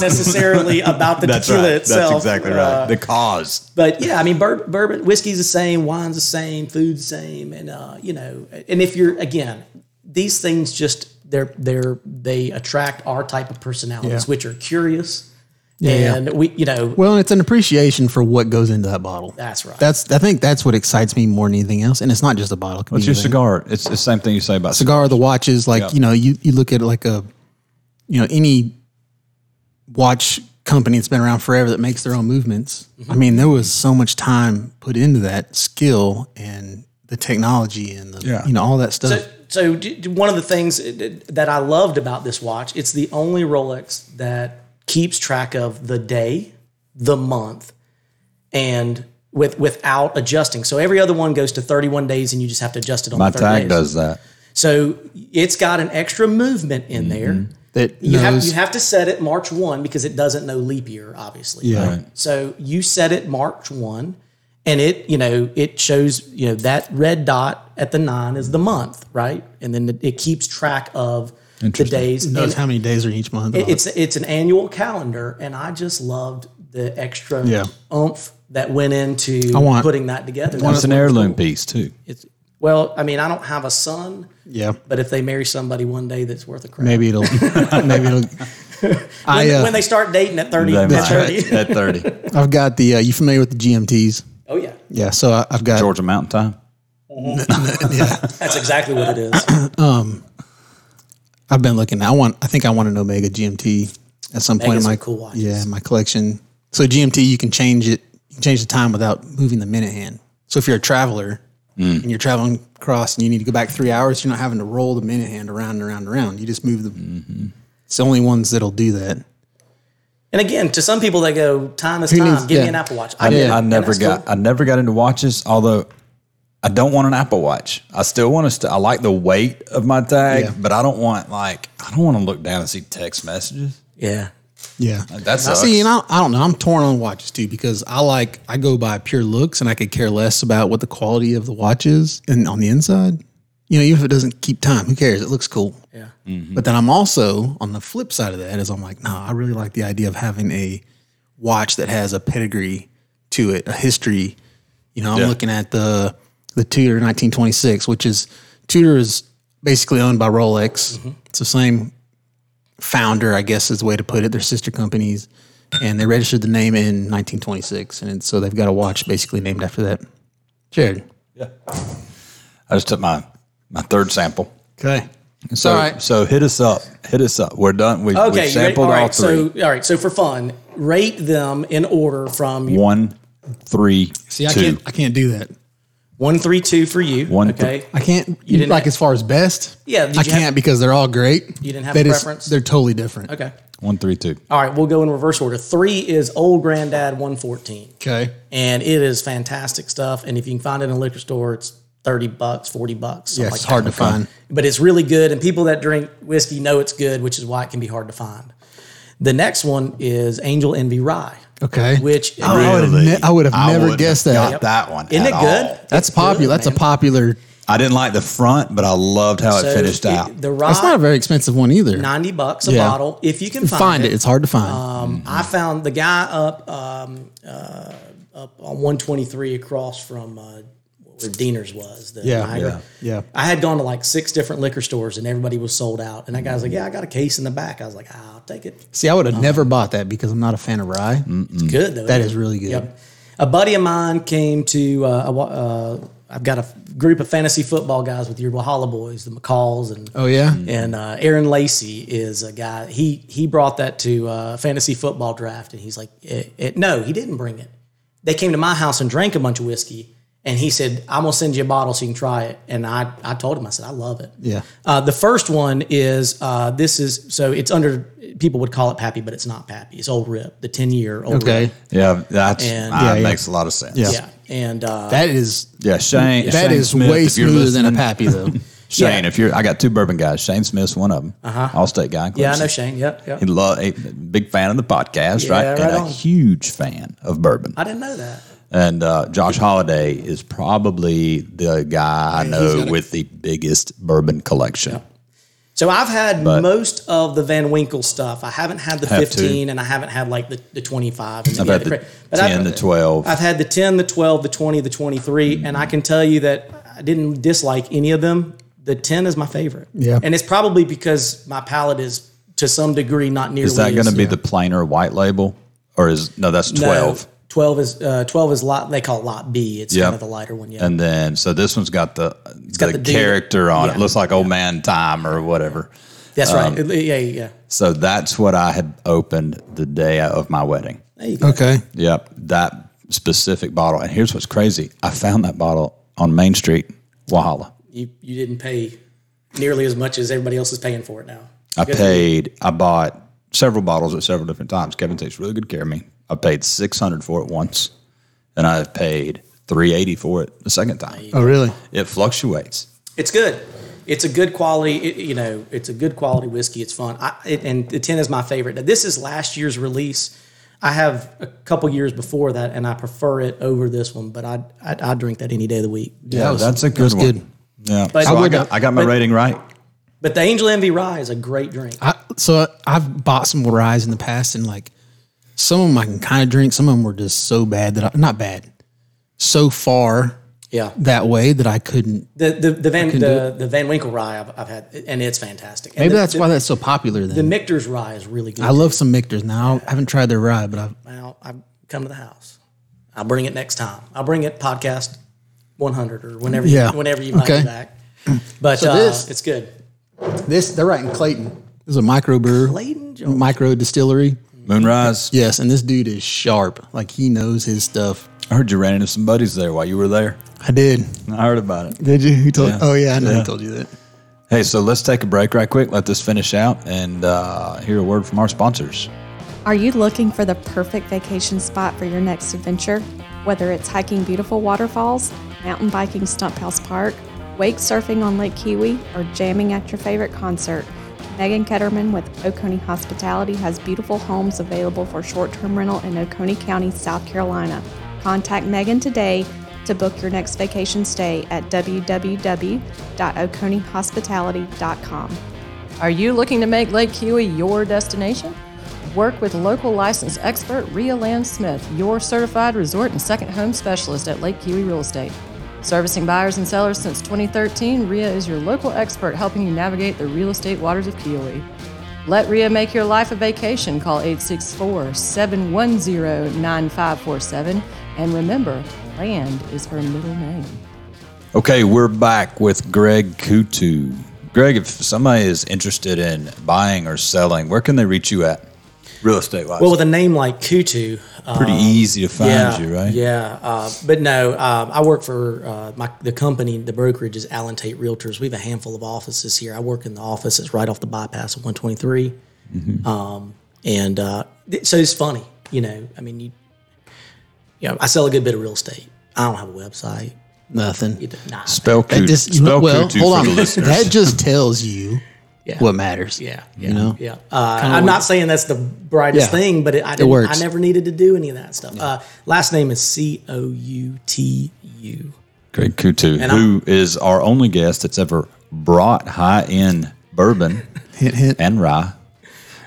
Speaker 4: necessarily about the
Speaker 2: That's
Speaker 4: tequila
Speaker 2: right.
Speaker 4: itself.
Speaker 2: That's exactly right.
Speaker 4: Uh,
Speaker 2: the cause.
Speaker 4: but yeah, I mean, bourbon, bourbon whiskey's the same, wine's the same, food's the same, and uh, you know, and if you're again, these things just they're they're they attract our type of personalities,
Speaker 3: Yeah.
Speaker 4: which are curious,
Speaker 3: yeah.
Speaker 4: and we you know
Speaker 3: Well, and it's an appreciation for what goes into that bottle.
Speaker 4: That's right.
Speaker 3: That's I think that's what excites me more than anything else. And it's not just a bottle. it could
Speaker 2: It's
Speaker 3: be
Speaker 2: your
Speaker 3: anything.
Speaker 2: cigar. It's the same thing you say about
Speaker 3: cigar, the watches, like
Speaker 2: Yeah.
Speaker 3: you know, you you look at like a, you know, any watch company that's been around forever that makes their own movements. I mean, there was so much time put into that skill and the technology and the
Speaker 2: Yeah.
Speaker 3: you know all that stuff.
Speaker 4: So, so d- d- one of the things that I loved about this watch, it's the only Rolex that keeps track of the day, the month, and with without adjusting. So every other one goes to 31 days, and you just have to adjust it on
Speaker 2: My
Speaker 4: the 30
Speaker 2: tag
Speaker 4: days.
Speaker 2: does that.
Speaker 4: So it's got an extra movement in there.
Speaker 2: Mm-hmm.
Speaker 3: that
Speaker 4: You have,
Speaker 3: knows-
Speaker 4: you have to set it March 1 because it doesn't know leap year, obviously.
Speaker 3: Yeah.
Speaker 2: Right.
Speaker 4: So you set it March 1 and it, you know, it shows, you know, that red dot at the 9 is the month, right? And then it keeps track of the
Speaker 2: Interesting.
Speaker 4: days. And
Speaker 3: knows how many days are in each month. and all
Speaker 4: it's it's an annual calendar and I just loved the extra
Speaker 3: Yeah.
Speaker 4: oomph that went into
Speaker 3: want-
Speaker 4: putting that together. That
Speaker 2: It's
Speaker 4: was-
Speaker 2: an heirloom piece too.
Speaker 4: it's- well, I mean, I don't have a son,
Speaker 3: that. yeah.
Speaker 4: but if they marry somebody one day that's worth a crap.
Speaker 3: Maybe it'll. maybe it'll. I
Speaker 4: When,
Speaker 3: uh,
Speaker 4: when they start dating at 30,
Speaker 2: They
Speaker 4: at
Speaker 2: might.
Speaker 4: 30.
Speaker 2: At 30.
Speaker 3: I've got the. Uh, you familiar with the GMTs?
Speaker 4: Oh yeah,
Speaker 3: Yeah. So I, I've got.
Speaker 2: Georgia Mountain Time.
Speaker 4: that's exactly what it is.
Speaker 3: I've been looking. I want. I think I want an Omega GMT at some point in
Speaker 4: Omegas
Speaker 3: my
Speaker 4: are cool watches.
Speaker 3: yeah my collection. So GMT, you can change it. You can change the time without moving the minute hand. So if you're a traveler and you're traveling across and you need to go back three hours, you're not having to roll the minute hand around and around and around. You just move the. It's the only ones that'll do that.
Speaker 4: And again, to some people, they go, "Time is
Speaker 3: Who
Speaker 4: time.
Speaker 3: needs-
Speaker 4: Give
Speaker 3: yeah.
Speaker 4: me an Apple Watch."
Speaker 2: I,
Speaker 4: get it,
Speaker 2: I
Speaker 4: and
Speaker 2: never
Speaker 4: that's
Speaker 2: got
Speaker 4: cool.
Speaker 2: I never got into watches, although I don't want an Apple Watch. I still want to. St- I like the weight of my tag,
Speaker 3: Yeah.
Speaker 2: but I don't want like I don't want to look down and see text messages.
Speaker 4: Yeah,
Speaker 3: Yeah,
Speaker 2: That sucks.
Speaker 3: See, and I, I don't know. I'm torn on watches too because I like I go by pure looks, and I could care less about what the quality of the watch is and on the inside. You know, even if it doesn't keep time, who cares? It looks cool.
Speaker 4: yeah.
Speaker 2: Mm-hmm.
Speaker 3: But then I'm also on the flip side of that is I'm like, nah, I really like the idea of having a watch that has a pedigree to it, a history. You know, I'm
Speaker 2: Yeah.
Speaker 3: looking at the the Tudor 1926, which is Tudor is basically owned by Rolex. It's the same founder, I guess is the way to put it. Their sister companies, and they registered the name in 1926, and it's- so they've got a watch basically named after that. Jared,
Speaker 2: I just took my my third sample.
Speaker 3: okay,
Speaker 2: So
Speaker 3: all right.
Speaker 2: so hit us up. Hit us up. We're done. We've,
Speaker 4: Okay,
Speaker 2: we've
Speaker 4: you ready?
Speaker 2: sampled all,
Speaker 4: right.
Speaker 2: three.
Speaker 4: So, all right. So for fun, rate them in order from one,
Speaker 2: One, three,
Speaker 3: See, I
Speaker 2: two.
Speaker 3: can't I can't do that.
Speaker 4: three, two for you.
Speaker 2: One, three-
Speaker 4: okay.
Speaker 3: I can't
Speaker 4: didn't
Speaker 3: like
Speaker 4: have-
Speaker 3: as far as best.
Speaker 4: Yeah, did
Speaker 3: I
Speaker 4: you have-
Speaker 3: can't because they're all great.
Speaker 4: You didn't have
Speaker 3: They
Speaker 4: a
Speaker 3: just-
Speaker 4: preference?
Speaker 3: They're totally different.
Speaker 4: okay.
Speaker 2: One, three, two.
Speaker 4: All right. We'll go in reverse order. Three is Old Granddad 114,
Speaker 3: Okay.
Speaker 4: and it is fantastic stuff. And if you can find it in a liquor store, it's 30 bucks, 40 bucks.
Speaker 3: Yeah,
Speaker 4: something
Speaker 3: it's
Speaker 4: like
Speaker 3: hard
Speaker 4: that.
Speaker 3: to find.
Speaker 4: but it's really good. And people that drink whiskey know it's good, which is why it can be hard to find. The next one is Angel Envy Rye,
Speaker 3: Okay.
Speaker 4: which
Speaker 3: I would have, ne- I would have never
Speaker 2: wouldn't
Speaker 3: guessed
Speaker 2: have
Speaker 3: that.
Speaker 2: got Oh, that one.
Speaker 4: Isn't
Speaker 2: at
Speaker 4: it good?
Speaker 2: all.
Speaker 3: That's popular. That's a popular.
Speaker 2: I didn't like the front, but I loved how it
Speaker 4: So
Speaker 2: finished
Speaker 4: it-
Speaker 2: out.
Speaker 4: The
Speaker 3: That's not a
Speaker 4: Rye,
Speaker 3: very expensive one either.
Speaker 4: ninety bucks a
Speaker 3: Yeah.
Speaker 4: bottle if you can
Speaker 3: You
Speaker 4: find,
Speaker 3: find
Speaker 4: it.
Speaker 3: it. It's hard to find.
Speaker 4: Um,
Speaker 2: Mm-hmm.
Speaker 4: I found the guy up um, uh, up on one twenty three across from uh, where Diener's was. The
Speaker 3: Yeah,
Speaker 4: Niagara.
Speaker 3: yeah, yeah.
Speaker 4: I had gone to like six different liquor stores and everybody was sold out. And that guy's like, "Yeah, I got a case in the back." I was like, "Ah, "I'll take it."
Speaker 3: See, I would have never bought that because I'm not a fan of rye.
Speaker 4: It's good though.
Speaker 3: Mm. That is really good.
Speaker 4: Yep. A buddy of mine came to. Uh, I wa- uh, I've got a f- group of fantasy football guys with your Wahala boys, the McCalls, and
Speaker 3: Oh yeah.
Speaker 4: and uh, Aaron Lacey is a guy. He he brought that to uh, fantasy football draft, and he's like, eh, eh, no, he didn't bring it. They came to my house and drank a bunch of whiskey, and he said, I'm gonna send you a bottle so you can try it. And I I told him, I said, I love it.
Speaker 3: Yeah.
Speaker 4: Uh, the first one is uh, this is so it's under people would call it Pappy, but it's not Pappy. It's Old Rip, the ten year old.
Speaker 3: Okay.
Speaker 4: Rip.
Speaker 2: yeah, that's
Speaker 4: And-
Speaker 2: ah,
Speaker 3: Yeah, yeah.
Speaker 2: makes a lot of sense.
Speaker 3: Yeah.
Speaker 4: Yeah, and uh,
Speaker 3: That is.
Speaker 2: Yeah, Shane.
Speaker 3: That
Speaker 2: Shane
Speaker 3: is
Speaker 2: Smith,
Speaker 3: way
Speaker 2: if you're
Speaker 3: smoother than a
Speaker 2: listening.
Speaker 3: pappy though.
Speaker 2: Shane,
Speaker 4: Yeah.
Speaker 2: if you're, I got two bourbon guys. Shane Smith's one of them. Uh-huh. All-state guy. in
Speaker 4: yeah, I know
Speaker 2: Clemson.
Speaker 4: Shane. Yep, yep.
Speaker 2: He love a big fan of the podcast,
Speaker 4: Yeah,
Speaker 2: right?
Speaker 4: right
Speaker 2: and a
Speaker 4: on.
Speaker 2: huge fan of bourbon.
Speaker 4: I didn't know that.
Speaker 2: And uh, Josh Holiday is probably the guy I know with the biggest bourbon collection.
Speaker 4: So I've had
Speaker 2: But-
Speaker 4: most of the Van Winkle stuff. I haven't had the
Speaker 2: Have to.
Speaker 4: 15 and I haven't had like the, the 25. And
Speaker 2: I've
Speaker 4: yeah,
Speaker 2: had the
Speaker 4: cra- but
Speaker 2: 10,
Speaker 4: I've,
Speaker 2: the Mm-hmm. 12.
Speaker 4: I've had the 10, the 12, the 20, the 23. And I can tell you that I didn't dislike any of them. The 10 is my favorite.
Speaker 3: Yeah.
Speaker 4: And it's probably because my palate is to some degree not nearly
Speaker 2: is that going to
Speaker 4: as-
Speaker 2: be the plainer white label? Or is, no, that's
Speaker 4: No,
Speaker 2: 12.
Speaker 4: 12 is uh, 12 is lot they call it lot B. It's
Speaker 2: Yeah.
Speaker 4: kind of the lighter one, yeah.
Speaker 2: And then, so this one's got the the,
Speaker 4: got the D-
Speaker 2: character on it.
Speaker 4: yeah.
Speaker 2: Looks like old man time or whatever.
Speaker 4: That's right. It- yeah, yeah, yeah.
Speaker 2: So that's what I had opened the day of my wedding.
Speaker 4: There you go.
Speaker 3: Okay.
Speaker 2: Yep, that specific bottle. And here's what's crazy: I found that bottle on Main Street, Wahala.
Speaker 4: You you didn't pay nearly as much as everybody else is paying for it now.
Speaker 2: I
Speaker 4: Good for you.
Speaker 2: paid. I bought several bottles at several different times. Kevin takes really good care of me. I paid six hundred for it once, and I paid three eighty for it the second time.
Speaker 3: Oh, really?
Speaker 2: It fluctuates.
Speaker 4: It's good. It's a good quality. It, you know, it's a good quality whiskey. It's fun. I, it, and the ten is my favorite. Now, this is last year's release. I have a couple years before that, and I prefer it over this one. But I I, I drink that any day of the week.
Speaker 2: Yeah, that's a good
Speaker 3: was
Speaker 2: one.
Speaker 3: good.
Speaker 2: Yeah,
Speaker 4: But-
Speaker 2: so
Speaker 4: I
Speaker 2: I,
Speaker 4: would-
Speaker 2: got I got my
Speaker 4: but-
Speaker 2: rating right.
Speaker 4: But the Angel Envy Rye is a great drink.
Speaker 3: I, so I've bought some ryes in the past, and like some of them I can kind of drink. Some of them were just so bad that I, not bad, so far
Speaker 4: Yeah.
Speaker 3: that way that I couldn't.
Speaker 4: The the, the Van the, the Van Winkle Rye I've, I've had, and it's fantastic. And
Speaker 3: Maybe
Speaker 4: the-
Speaker 3: that's
Speaker 4: the,
Speaker 3: why that's so popular. Then
Speaker 4: the Michter's Rye is really good.
Speaker 3: I love some Mictors. Now I haven't tried their rye, but I've,
Speaker 4: Now I come to the house. I'll bring it next time. I'll bring it podcast 100 or whenever.
Speaker 3: Yeah.
Speaker 4: You, whenever you might
Speaker 3: Okay.
Speaker 4: be back. But uh,
Speaker 3: this-
Speaker 4: it's good.
Speaker 3: this they're right in Clayton. This is a microbrewer,
Speaker 4: Clayton Jones.
Speaker 3: micro distillery.
Speaker 2: Moonrise.
Speaker 3: Yes, and this dude is sharp. Like he knows his stuff.
Speaker 2: I heard you ran into some buddies there while you were there.
Speaker 3: I did.
Speaker 2: I heard about it.
Speaker 3: Did you? Who told? Oh yeah, I know. Who told you that?
Speaker 2: Hey, so let's take a break right quick. Let this finish out and uh, hear a word from our sponsors.
Speaker 5: Are you looking for the perfect vacation spot for your next adventure? Whether it's hiking beautiful waterfalls, mountain biking Stump House Park, wake surfing on Lake Kiwi, or jamming at your favorite concert, Megan Ketterman with Oconee Hospitality has beautiful homes available for short term rental in Oconee County, South Carolina. Contact Megan today to book your next vacation stay at www.oconeehospitality.com.
Speaker 6: Are you looking to make Lake Huey your destination? Work with local licensed expert Rhea Land Smith, your certified resort and second home specialist at Lake Huey Real Estate. Servicing buyers and sellers since 2013, Rhea is your local expert helping you navigate the real estate waters of Kiwi. Let Rhea make your life a vacation. Call 864 710 9547. And remember, land is her middle name.
Speaker 2: Okay, we're back with Greg Kutu. Greg, if somebody is interested in buying or selling, where can they reach you at? Real estate wise.
Speaker 4: Well, with a name like Kutu, uh,
Speaker 2: pretty easy to find
Speaker 4: yeah,
Speaker 2: you, right?
Speaker 4: Yeah, uh, but no, um, I work for uh, my the company. The brokerage is Allen Tate Realtors. We have a handful of offices here. I work in the office that's right off the bypass of 123,
Speaker 3: Mm-hmm.
Speaker 4: um, and uh, th- so it's funny, you know. I mean, you, you know, I sell a good bit of real estate. I don't have a website.
Speaker 3: Nothing.
Speaker 4: It- nah,
Speaker 2: Spell
Speaker 3: That
Speaker 2: Kutu.
Speaker 3: just
Speaker 2: spell
Speaker 3: well,
Speaker 2: Kutu
Speaker 3: hold
Speaker 2: for
Speaker 3: on.
Speaker 2: the listeners.
Speaker 3: That just tells you
Speaker 4: Yeah.
Speaker 3: what matters.
Speaker 4: Yeah, yeah,
Speaker 3: you know.
Speaker 4: yeah. Uh, I'm not saying that's the brightest
Speaker 3: Yeah.
Speaker 4: thing, but it, I didn't,
Speaker 3: works.
Speaker 4: I never needed to do any of that stuff. Uh, last name is C O U T U.
Speaker 2: Greg Kutu,
Speaker 4: And
Speaker 2: who is our only guest that's ever brought high end bourbon
Speaker 3: Hint, hint.
Speaker 2: and rye,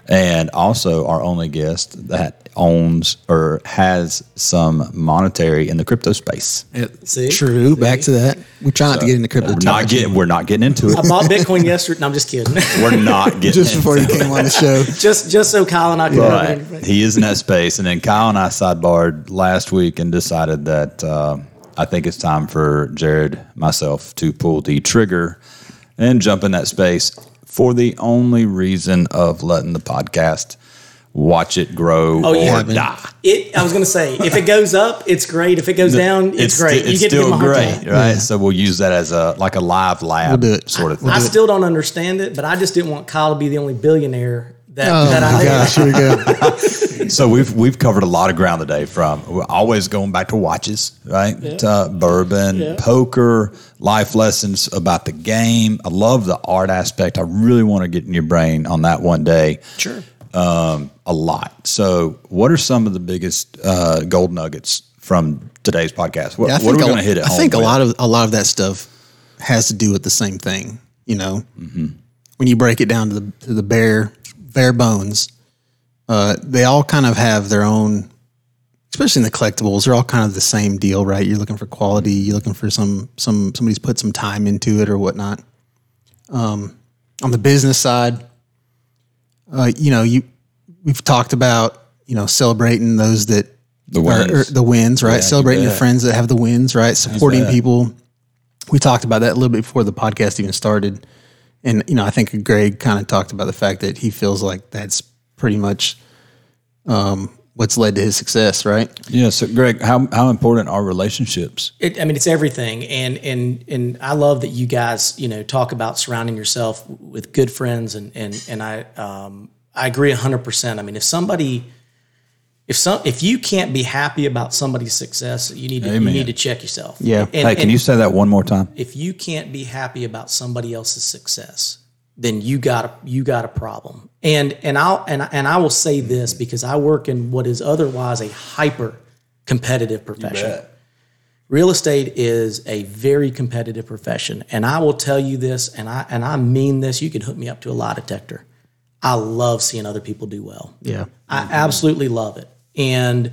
Speaker 2: and also our only guest that owns or has some monetary in the crypto space.
Speaker 4: See?
Speaker 3: True. Back to that. We try not to get into crypto.
Speaker 2: We're not getting we're not getting into
Speaker 4: I
Speaker 2: it.
Speaker 4: bought Bitcoin yesterday. No, I'm just kidding.
Speaker 2: We're not getting
Speaker 3: just
Speaker 2: into
Speaker 3: before you came on the show.
Speaker 4: just just so Kyle and I can.
Speaker 2: But he is in that space. And then Kyle and I sidebarred last week and decided that uh, I think it's time for Jared, myself, to pull the trigger and jump in that space for the only reason of letting the podcast watch it grow or
Speaker 4: yeah.
Speaker 2: die.
Speaker 4: It. I was gonna say, if it goes up, it's great. If it goes down, it's, great.
Speaker 2: sti- It's
Speaker 4: you get to give
Speaker 2: still
Speaker 4: them a hard
Speaker 2: great,
Speaker 4: time.
Speaker 2: right? So we'll use that as a like a live lab
Speaker 3: We'll do it.
Speaker 2: sort of thing.
Speaker 4: I still don't understand it, but I just didn't want Kyle to be the only billionaire that,
Speaker 3: Oh
Speaker 4: that I
Speaker 3: my
Speaker 4: knew.
Speaker 3: gosh, here we go.
Speaker 2: So we've we've covered a lot of ground today. From we're always going back to watches, right? To bourbon, poker, life lessons about the game. I love the art aspect. I really want to get in your brain on that one day.
Speaker 4: Sure.
Speaker 2: Um, a lot. So, what are some of the biggest uh, gold nuggets from today's podcast? What,
Speaker 3: Yeah, I
Speaker 2: what are
Speaker 3: think
Speaker 2: we
Speaker 3: a-
Speaker 2: going to hit? At
Speaker 3: I
Speaker 2: home
Speaker 3: think a
Speaker 2: with?
Speaker 3: lot of a lot of that stuff has to do with the same thing. You know,
Speaker 2: Mm-hmm.
Speaker 3: when you break it down to the to the bare bare bones, uh, they all kind of have their own. Especially in the collectibles, they're all kind of the same deal, right? You're looking for quality. You're looking for some some somebody's put some time into it or whatnot. Um, on the business side, uh, you know, you we've talked about you know celebrating those that
Speaker 2: The
Speaker 3: or- or
Speaker 2: wins.
Speaker 3: the wins, right? Celebrating
Speaker 2: you
Speaker 3: your
Speaker 2: bet.
Speaker 3: friends that have the wins, right? Supporting people. We talked about that a little bit before the podcast even started, And you know, I think Greg kind of talked about the fact that he feels like that's pretty much um, what's led to his success, right?
Speaker 2: Yeah. So, Greg, how, how important are relationships?
Speaker 4: It, I mean, it's everything, and and and I love that you guys, you know, talk about surrounding yourself with good friends, and and and I um, I agree hundred percent. I mean, if somebody, if some, if you can't be happy about somebody's success, you need to you
Speaker 2: Amen.
Speaker 4: need to check yourself.
Speaker 3: Yeah.
Speaker 2: hey, can
Speaker 4: and
Speaker 2: you say that one more time?
Speaker 4: If you can't be happy about somebody else's success, then you got a you got a problem. And and I'll and I- and I will say this because I work in what is otherwise a hyper competitive profession real estate is a very competitive profession and i will tell you this and i and i mean this you can hook me up to a lie detector i love seeing other people do well
Speaker 3: Yeah.
Speaker 4: i absolutely love it and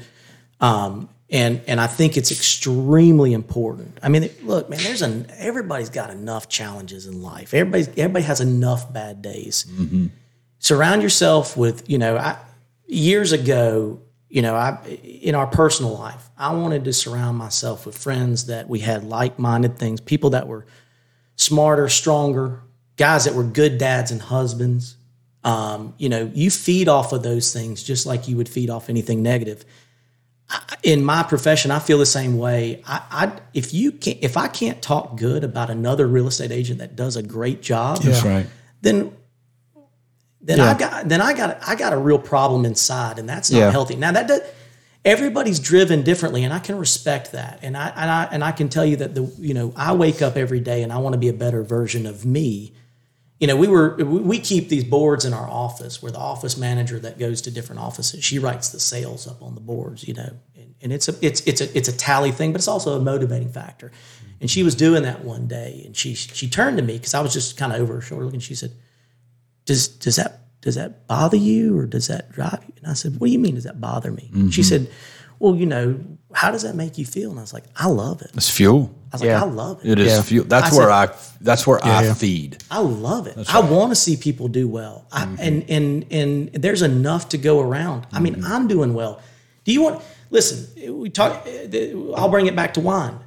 Speaker 4: um and and i think it's extremely important i mean look man there's an everybody's got enough challenges in life everybody's everybody has enough bad days surround yourself with you know I, years ago you know i in our personal life i wanted to surround myself with friends that we had like-minded things people that were smarter stronger guys that were good dads and husbands um, you know you feed off of those things just like you would feed off anything negative I, in my profession i feel the same way I, I if you can not if i can't talk good about another real estate agent that does a great job
Speaker 2: That's right.
Speaker 4: then then
Speaker 3: Yeah.
Speaker 4: I got then I got I got a real problem inside, and that's not
Speaker 3: Yeah.
Speaker 4: healthy. Now that does, everybody's driven differently, and I can respect that, and I and I and I can tell you that the you know I wake up every day and I want to be a better version of me. You know, we were we we keep these boards in our office. We're the office manager that goes to different offices. She writes the sales up on the boards, you know, and, and it's a it's it's a it's a tally thing, but it's also a motivating factor. And she was doing that one day, and she she turned to me because I was just kind of over her shoulder looking. She said, does does that does that bother you or does that drive you? And I said, What do you mean does that bother me? She said, Well, you know, how does that make you feel? And I was like, I love it. I
Speaker 2: It's fuel.
Speaker 4: was
Speaker 3: Yeah.
Speaker 4: like, I love it.
Speaker 2: It is
Speaker 3: Yeah.
Speaker 2: fuel. That's
Speaker 4: I
Speaker 2: where
Speaker 4: said-
Speaker 2: I. That's where I
Speaker 3: yeah.
Speaker 2: feed.
Speaker 4: I love it. I want to see people do well. I,
Speaker 3: Mm-hmm.
Speaker 4: and and and there's enough to go around. I
Speaker 3: Mm-hmm.
Speaker 4: mean, I'm doing well. Do you want? Listen, we talk. eh, I'll bring it back to wine.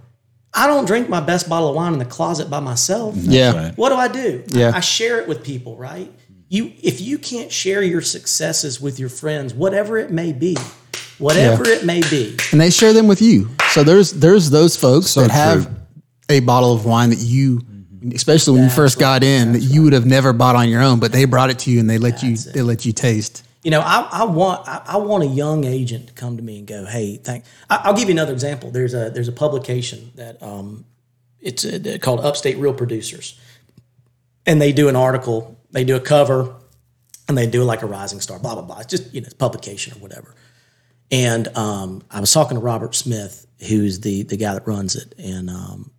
Speaker 4: I don't drink my best bottle of wine in the closet by myself.
Speaker 3: yeah.
Speaker 2: right.
Speaker 4: What do I do?
Speaker 3: Yeah.
Speaker 4: I share it with people, right? You if you can't share your successes with your friends, whatever it may be, whatever it may be.
Speaker 3: And they share them with you. So there's there's those folks that have
Speaker 2: true. Mm-hmm.
Speaker 3: a bottle of wine that you especially when you first got in that you would have never bought on your own, but they brought it to you and they let you they let you taste.
Speaker 4: You know, I, I want I, I want a young agent to come to me and go, "Hey, thank." I, I'll give you another example. There's a there's a publication that um, it's uh called Upstate Real Producers, and they do an article, they do a cover, and they do like a rising star, blah blah blah. It's just you know, it's publication or whatever. And um, I was talking to Robert Smith, who's the the guy that runs it, and um,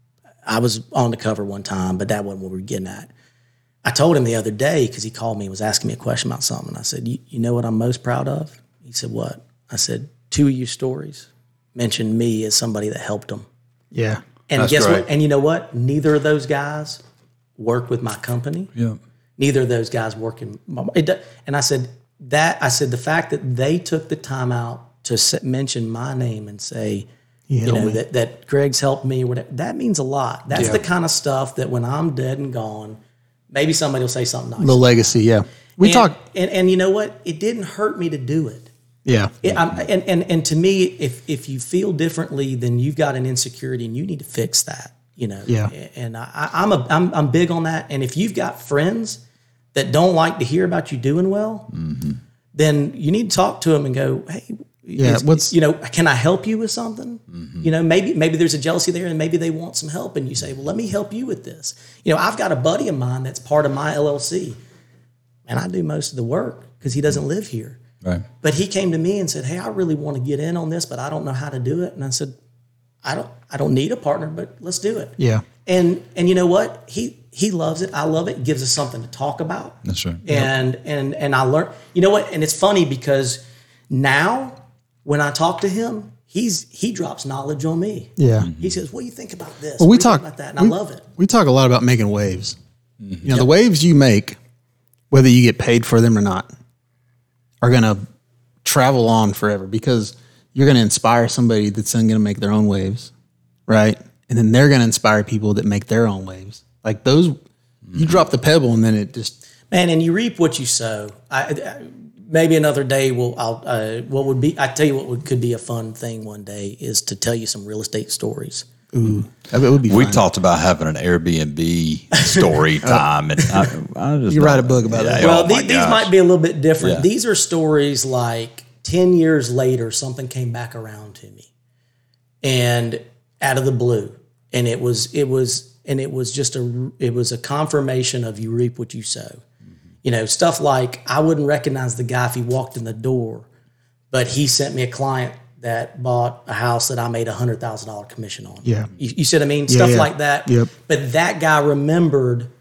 Speaker 4: I was on the cover one time, but that wasn't what we were getting at. I told him the other day because he called me and was asking me a question about something. And I said, you, you know what I'm most proud of? He said, What? I said, Two of your stories mentioned me as somebody that helped them.
Speaker 3: Yeah.
Speaker 4: And
Speaker 2: That's
Speaker 4: guess
Speaker 2: right.
Speaker 4: what? And you know what? Neither of those guys work with my company.
Speaker 2: Yeah.
Speaker 4: Neither of those guys work in my. It, do- and I said, That, I said, the fact that they took the time out to s- mention my name and say, you know that, that Greg's helped me. or Whatever, that means a lot. That's the kind of stuff that when I'm dead and gone, maybe somebody will say something nice.
Speaker 3: The legacy, yeah. We
Speaker 4: And-
Speaker 3: talked
Speaker 4: and, and you know what? It didn't hurt me to do it.
Speaker 3: yeah.
Speaker 4: It- I'm- and, and and to me, if if you feel differently, then you've got an insecurity, and you need to fix that. You know.
Speaker 3: Yeah.
Speaker 4: And I, I'm a I'm I'm big on that. And if you've got friends that don't like to hear about you doing well,
Speaker 3: Mm-hmm.
Speaker 4: then you need to talk to them and go, hey.
Speaker 3: Yeah,
Speaker 4: is-
Speaker 3: what's- Mm-hmm.
Speaker 4: you know? Can I help you with something? You know, maybe maybe there's a jealousy there, and maybe they want some help, and you say, "Well, let me help you with this." You know, I've got a buddy of mine that's part of my LLC, and I do most of the work because he
Speaker 3: Mm-hmm.
Speaker 4: doesn't live here.
Speaker 2: Right.
Speaker 4: But he came to me and said, "Hey, I really want to get in on this, but I don't know how to do it." And I said, "I don't I don't need a partner, but let's do it."
Speaker 3: Yeah.
Speaker 4: And and you know what? He he loves it. I love it. It gives us something to talk about.
Speaker 2: That's right.
Speaker 4: And and and I learned, you know what? And it's funny because now when I talk to him, he's he drops knowledge on me.
Speaker 3: Yeah.
Speaker 4: He says, "What do you think about this?"
Speaker 3: Well, we
Speaker 4: What do you think
Speaker 3: talk-
Speaker 4: about that, and
Speaker 3: we-
Speaker 4: I love it.
Speaker 3: We talk a lot about making waves. You know, the waves you make, whether you get paid for them or not, are going to travel on forever because you're going to inspire somebody that's then going to make their own waves, right? And then they're going to inspire people that make their own waves. Like those You drop the pebble and then it just
Speaker 4: man, and you reap what you sow. I, I maybe another day will I'll uh, what would be I tell you what would, could be a fun thing one day is to tell you some real estate stories.
Speaker 3: that would be.
Speaker 2: We
Speaker 3: fun.
Speaker 2: talked about having an Airbnb story time, and I, I just
Speaker 3: You write a book about that.
Speaker 2: yeah,
Speaker 4: well,
Speaker 2: oh
Speaker 4: the-
Speaker 2: my
Speaker 4: these
Speaker 2: gosh.
Speaker 4: might be a little bit different.
Speaker 2: Yeah.
Speaker 4: These are stories like 10 years later, something came back around to me and out of the blue. And it was, it was, and it was just a, it was a confirmation of you reap what you sow.
Speaker 2: Mm-hmm.
Speaker 4: You know, stuff like I wouldn't recognize the guy if he walked in the door, but he sent me a client that bought a house that I made a hundred thousand dollar commission on.
Speaker 3: Yeah.
Speaker 4: You, you see what I mean? Stuff
Speaker 3: yeah.
Speaker 4: like that.
Speaker 3: Yep.
Speaker 4: But that guy remembered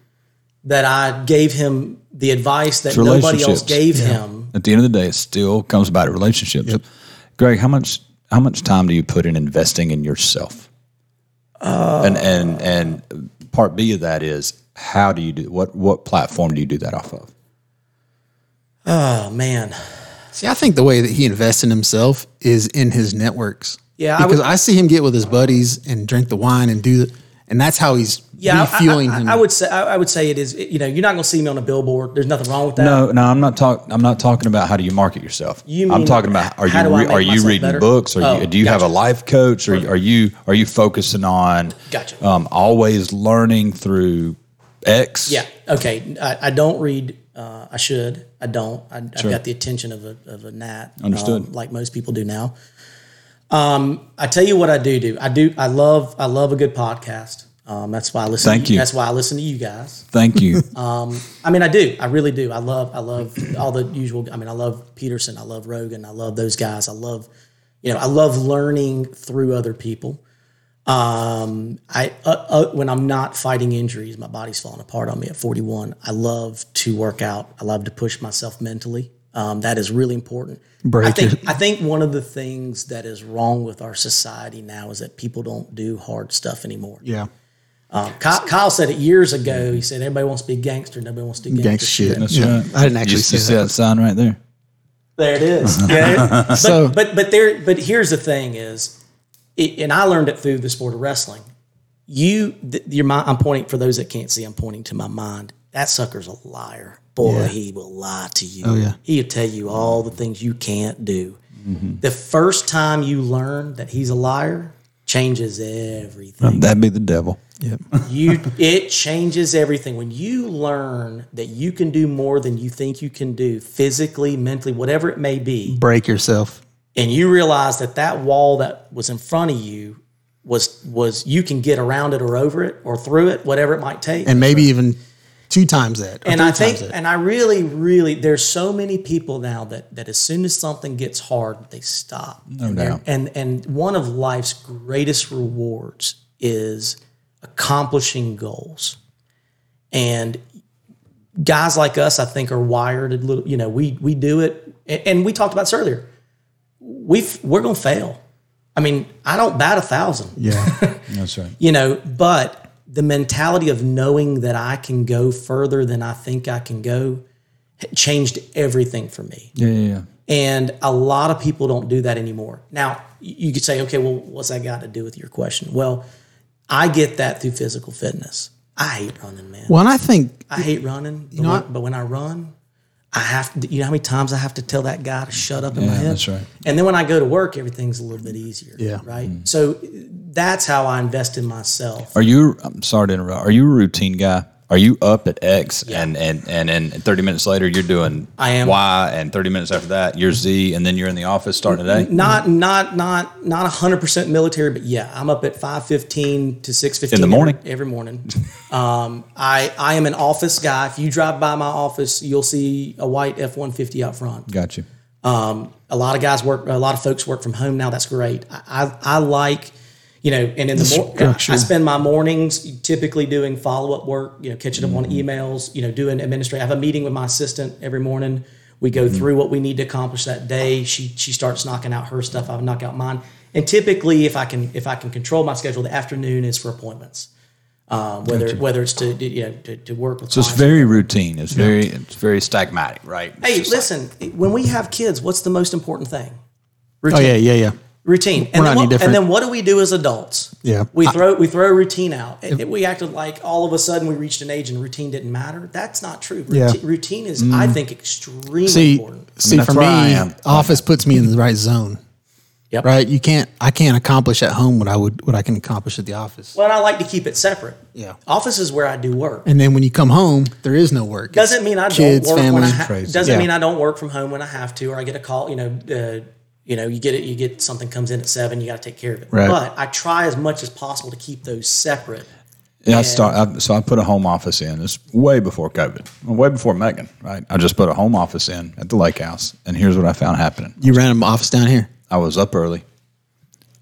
Speaker 4: that I gave him the advice that nobody else
Speaker 2: relationships.
Speaker 4: gave him.
Speaker 2: At the end of the day, it still comes back to relationships. Greg, how much how much time do you put in investing in yourself?
Speaker 3: Uh,
Speaker 2: and and and part B of that is how do you do what what platform do you do that off of?
Speaker 4: Oh man,
Speaker 3: See, I think the way that he invests in himself is in his networks.
Speaker 4: Yeah, I
Speaker 3: because I,
Speaker 4: would-
Speaker 3: see him get with his buddies and drink the wine and do, and that's how he's
Speaker 4: yeah, I-
Speaker 3: refueling
Speaker 4: I, I,
Speaker 3: him.
Speaker 4: I would say I, I would say it is. You know, you're not going to see me on a billboard. There's nothing wrong with that.
Speaker 2: No, no, I'm not talking. I'm not talking about how do you market yourself.
Speaker 4: You
Speaker 2: I'm
Speaker 4: mean
Speaker 2: talking about are
Speaker 4: how
Speaker 2: you
Speaker 4: do I
Speaker 2: re-
Speaker 4: make
Speaker 2: are you
Speaker 4: myself
Speaker 2: reading
Speaker 4: better?
Speaker 2: books? Are
Speaker 4: Oh,
Speaker 2: you do you have a life coach? Or are you are you focusing on
Speaker 4: Gotcha.
Speaker 2: um, always learning through X?
Speaker 4: Yeah. Okay. I, I don't read. Uh, I should. I don't. I, I've got the attention of a of a gnat.
Speaker 2: Understood.
Speaker 4: um, like most people do now. Um, I tell you what I do do. I do. I love. I love a good podcast. Um, that's why I listen.
Speaker 2: Thank
Speaker 4: to
Speaker 2: you.
Speaker 4: That's why I listen to you guys.
Speaker 2: Thank you.
Speaker 4: I mean, I do. I really do. I love. I love all the usual. I mean, I love Peterson. I love Rogan. I love those guys. I love. You know, I love learning through other people. Um, I uh, uh, when I'm not fighting injuries, my body's falling apart on me at 41. I love to work out. I love to push myself mentally. Um, that is really important. I
Speaker 3: Break
Speaker 4: think
Speaker 3: it.
Speaker 4: I think one of the things that is wrong with our society now is that people don't do hard stuff anymore.
Speaker 3: yeah,
Speaker 4: Um, Kyle, Kyle said it years ago. He said everybody wants to be gangster. Nobody wants to do gangster,
Speaker 3: gangster shit.
Speaker 2: That's
Speaker 3: yeah.
Speaker 2: right.
Speaker 3: I didn't actually
Speaker 2: you,
Speaker 3: say
Speaker 2: you see
Speaker 3: that.
Speaker 2: that sign right there.
Speaker 4: There it is. Yeah. but,
Speaker 3: So-
Speaker 4: but but there but here's the thing is, it, and I learned it through the sport of wrestling. You th- your mind. I'm pointing for those that can't see. I'm pointing to my mind. That sucker's a liar. Boy, he will lie to you.
Speaker 3: Oh, yeah.
Speaker 4: He'll tell you all the things you can't do. The first time you learn that he's a liar changes everything
Speaker 2: That'd be the devil.
Speaker 4: you it changes everything when you learn that you can do more than you think you can do physically mentally whatever it may be
Speaker 3: Break yourself.
Speaker 4: and you realize that that wall that was in front of you was was you can get around it or over it or through it whatever it might take
Speaker 3: and maybe even two times that. or
Speaker 4: and
Speaker 3: three
Speaker 4: I think,
Speaker 3: times that.
Speaker 4: and I really, really, there's so many people now that that as soon as something gets hard, they stop. No and they're-
Speaker 2: doubt.
Speaker 4: And and one of life's greatest rewards is accomplishing goals. And guys like us, I think, are wired a little. You know, we we do it, a- and we talked about this earlier. We have we're gonna fail. I mean, I don't bat a thousand
Speaker 3: yeah,
Speaker 2: That's right.
Speaker 4: you know but the mentality of knowing that i can go further than i think i can go changed everything for me
Speaker 2: Yeah, yeah, yeah.
Speaker 4: and a lot of people don't do that anymore now you you could say okay well what's that got to do with your question well i get that through physical fitness i hate running man
Speaker 3: well, and I think oh,
Speaker 4: i hate running but,
Speaker 3: know
Speaker 4: when,
Speaker 3: what?
Speaker 4: but when i run i have to you know how many times i have to tell that guy to shut up in my head
Speaker 2: that's right.
Speaker 4: and then when i go to work everything's a little bit easier
Speaker 3: Yeah.
Speaker 4: right
Speaker 2: Mm-hmm.
Speaker 4: so that's how i invest in myself
Speaker 2: Are you? I'm sorry to interrupt. Are you a routine guy? Are you up at X and and and and 30 minutes later you're doing
Speaker 4: I am.
Speaker 2: Y and 30 minutes after that you're Z and then you're in the office starting today?
Speaker 4: not not not not hundred percent military, but yeah, I'm up at five fifteen to six fifteen
Speaker 2: In the morning?
Speaker 4: every, every morning. um, I I am an office guy. If you drive by my office, you'll see a white F one fifty out front.
Speaker 2: Got you.
Speaker 4: Um, a lot of guys work. A lot of folks work from home now. That's great. I I, I like. You know, and in the, morning,
Speaker 3: structure.
Speaker 4: I spend my mornings typically doing follow up work. You know, catching up on
Speaker 2: Mm-hmm.
Speaker 4: emails. You know, doing administrative. I have a meeting with my assistant every morning. We go
Speaker 2: Mm-hmm.
Speaker 4: through what we need to accomplish that day. She she starts knocking out her stuff. I knock out mine. And typically, if I can if I can control my schedule, the afternoon is for appointments. Um, whether whether it's to you know to, to work with.
Speaker 2: So it's
Speaker 4: clients.
Speaker 2: very routine. It's very it's very stagmatic, right? It's
Speaker 4: hey,
Speaker 2: just like-
Speaker 4: listen. When we have kids, what's the most important thing?
Speaker 3: oh yeah, yeah, yeah.
Speaker 4: routine.
Speaker 3: We're
Speaker 4: And,
Speaker 3: not
Speaker 4: then
Speaker 3: any
Speaker 4: what,
Speaker 3: different.
Speaker 4: and then what do we do as adults?
Speaker 3: Yeah.
Speaker 4: we
Speaker 3: I-
Speaker 4: throw we throw routine out. And we acted like all of a sudden we reached an age and routine didn't matter. That's not true.
Speaker 3: Yeah. Mm.
Speaker 4: Routine, routine is, I think, extremely
Speaker 3: See,
Speaker 4: important.
Speaker 3: see
Speaker 2: that's
Speaker 3: for
Speaker 2: where I
Speaker 3: me,
Speaker 2: am.
Speaker 3: office puts me in the right zone.
Speaker 4: Yep.
Speaker 3: Right? You can't. I can't accomplish at home what I would what I can accomplish at the office.
Speaker 4: But I like to keep it separate.
Speaker 3: Yeah.
Speaker 4: office is where I do work.
Speaker 3: And then when you come home, there is no work.
Speaker 4: doesn't mean I
Speaker 3: kids,
Speaker 4: don't work when I
Speaker 3: family,
Speaker 4: ha-
Speaker 3: crazy.
Speaker 4: doesn't
Speaker 3: Yeah.
Speaker 4: mean I don't work from home when I have to or I get a call. You know, uh, you know, you get it. You get something comes in at seven. You got to take care of it.
Speaker 3: Right.
Speaker 4: But I try as much as possible to keep those separate.
Speaker 2: Yeah, I start. I, so I put a home office in. It's way before COVID, way before Megan. Right? I just put a home office in at the lake house, and here's what I found happening.
Speaker 3: you ran an office down here.
Speaker 2: I was up early.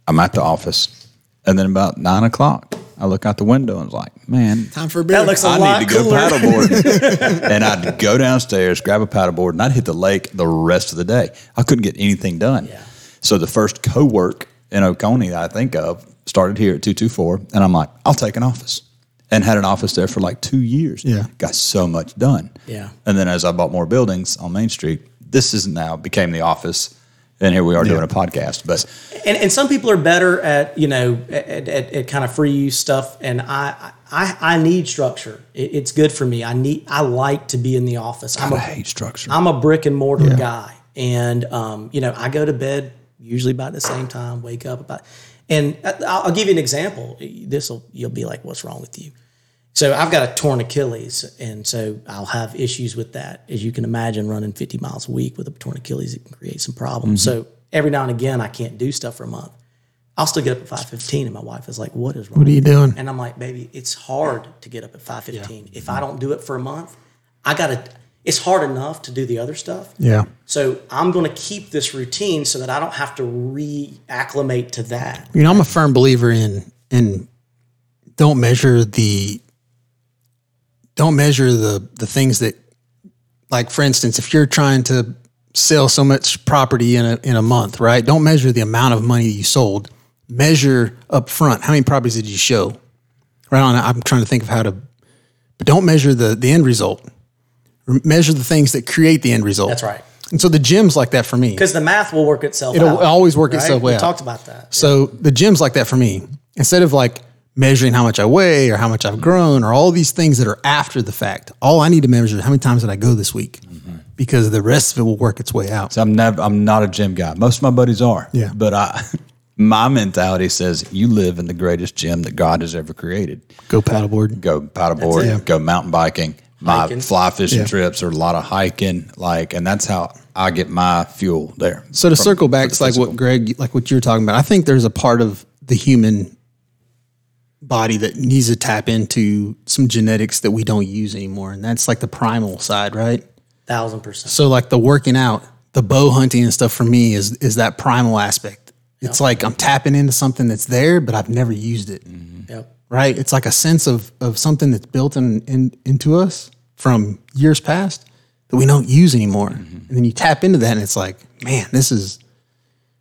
Speaker 2: I'm at the office, and then about nine o'clock, I look out the window and it's like, man,
Speaker 3: Time for a beer.
Speaker 4: That looks a
Speaker 2: I
Speaker 4: lot
Speaker 2: need to
Speaker 4: cooler.
Speaker 2: go paddleboarding. and I'd go downstairs, grab a paddleboard, and I'd hit the lake the rest of the day. I couldn't get anything done.
Speaker 4: Yeah.
Speaker 2: So the first co-work in Oconee that I think of started here at 224, and I'm like, I'll take an office. And had an office there for like two years.
Speaker 3: Yeah.
Speaker 2: Got so much done.
Speaker 4: Yeah.
Speaker 2: And then as I bought more buildings on Main Street, this is now became the office. And here we are doing a podcast. But
Speaker 4: and, and some people are better at you know at, at, at kind of free use stuff and i i, I need structure it, it's good for me i need i like to be in the office i'm
Speaker 2: I
Speaker 4: a
Speaker 2: hate structure.
Speaker 4: i'm a brick and mortar guy and um, you know i go to bed usually about the same time wake up about and I- i'll, I'll give you an example this will you'll be like what's wrong with you so i've got a torn achilles and so i'll have issues with that as you can imagine running 50 miles a week with a torn achilles it can create some problems
Speaker 3: Mm-hmm.
Speaker 4: so every now and again i can't do stuff for a month I'll still get up at five fifteen, and my wife is like, "What is wrong?
Speaker 3: What are you doing?
Speaker 4: And I'm like, "Baby, it's hard to get up at five fifteen. If I don't do it for a month, I gotta. It's hard enough to do the other stuff.
Speaker 3: Yeah.
Speaker 4: So I'm going to keep this routine so that I don't have to reacclimate to that.
Speaker 3: You know, I'm a firm believer in in don't measure the don't measure the the things that like for instance, if you're trying to sell so much property in a in a month, right? Don't measure the amount of money you sold. Measure up front how many properties did you show? Right on I'm trying to think of how to but don't measure the the end result. Measure the things that create the end result.
Speaker 4: That's right.
Speaker 3: And so the gym's like that for me.
Speaker 4: Because the math will work itself.
Speaker 3: It'll
Speaker 4: out,
Speaker 3: always work itself
Speaker 4: We
Speaker 3: out.
Speaker 4: talked about that.
Speaker 3: So the gym's like that for me. Instead of like measuring how much I weigh or how much I've grown or all these things that are after the fact, all I need to measure is how many times did I go this week because the rest of it will work its way out.
Speaker 2: Mm-hmm. So I'm never. I'm not a gym guy. Most of my buddies are.
Speaker 3: Yeah.
Speaker 2: But I, my mentality says you live in the greatest gym that God has ever created.
Speaker 3: Go paddleboard.
Speaker 2: Go paddleboard.
Speaker 3: Yeah.
Speaker 2: Go mountain biking. My
Speaker 4: Hiking.
Speaker 2: fly fishing
Speaker 3: Yeah.
Speaker 2: trips are a lot of hiking. Like, and that's how I get my fuel there.
Speaker 3: So to
Speaker 2: From-
Speaker 3: circle back,
Speaker 2: from the
Speaker 3: it's like what
Speaker 2: physical.
Speaker 3: Greg, like what you're talking about. I think there's a part of the human body that needs to tap into some genetics that we don't use anymore. And that's like the primal side, right?
Speaker 4: Thousand percent.
Speaker 3: So like the working out, the bow hunting and stuff for me is is that primal aspect. It's like I'm tapping into something that's there, but I've never used it.
Speaker 4: Yep.
Speaker 3: Right? It's like a sense of of something that's built in, in into us from years past that we don't use anymore. And then you tap into that, and it's like, man, this is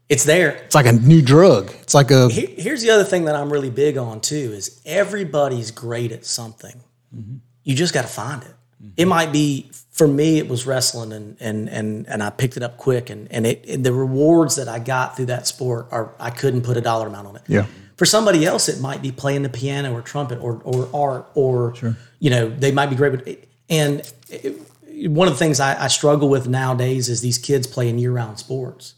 Speaker 4: It's there.
Speaker 3: it's like a new drug. It's like a
Speaker 4: Here- here's the other thing that I'm really big on too is everybody's great at something. You just got to find it. It might be for me it was wrestling and and and and I picked it up quick and and it and the rewards that I got through that sport are I couldn't put a dollar amount on it.
Speaker 3: Yeah.
Speaker 4: For somebody else it might be playing the piano or trumpet or or art or you know they might be great with and it, one of the things I, I struggle with nowadays is these kids playing year-round sports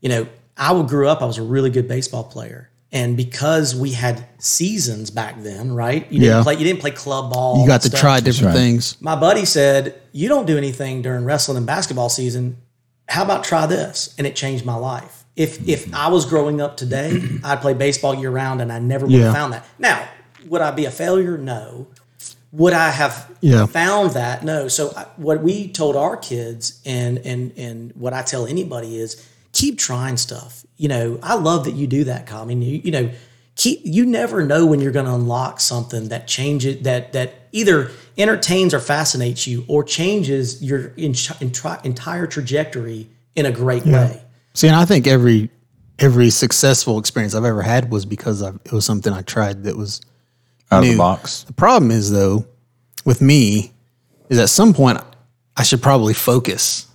Speaker 4: you know, I would- grew up, I was a really good baseball player. And because we had seasons back then, right? You didn't
Speaker 3: Yeah.
Speaker 4: play you didn't play club ball.
Speaker 3: you got to
Speaker 4: and stuff.
Speaker 3: try different things.
Speaker 4: My buddy said, You don't do anything during wrestling and basketball season. How about try this? And it changed my life. If if I was growing up today, I'd play baseball year round and I never would
Speaker 3: Yeah.
Speaker 4: have found that. Now, would I be a failure? No. Would I have
Speaker 3: Yeah.
Speaker 4: found that? No. So I, what we told our kids and and and what I tell anybody is keep trying stuff. You know, I love that you do that, Kyle. I mean, you, you know, keep you never know when you're going to unlock something that changes that that either entertains or fascinates you or changes your in, entri- entire trajectory in a great way.
Speaker 3: See, and I think every every successful experience I've ever had was because i it was something I tried that was
Speaker 2: out of
Speaker 3: new.
Speaker 2: the box.
Speaker 3: The problem is though, with me, is at some point I should probably focus,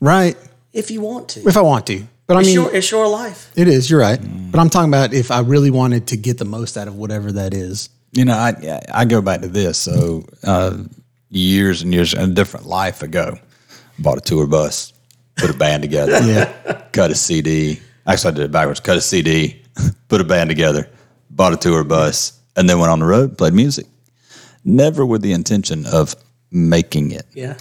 Speaker 3: right?
Speaker 4: If you want to.
Speaker 3: If I want to, But I
Speaker 4: it's,
Speaker 3: mean,
Speaker 4: your, it's your life.
Speaker 3: it is. You're right. But I'm talking about if I really wanted to get the most out of whatever that is.
Speaker 2: you know, I I go back to this. So uh, years and years, a different life ago, bought a tour bus, put a band together,
Speaker 3: Yeah.
Speaker 2: cut a CD. Actually, I did it backwards. Cut a CD, put a band together, bought a tour bus, and then went on the road, played music. Never with the intention of making it,
Speaker 4: Yeah,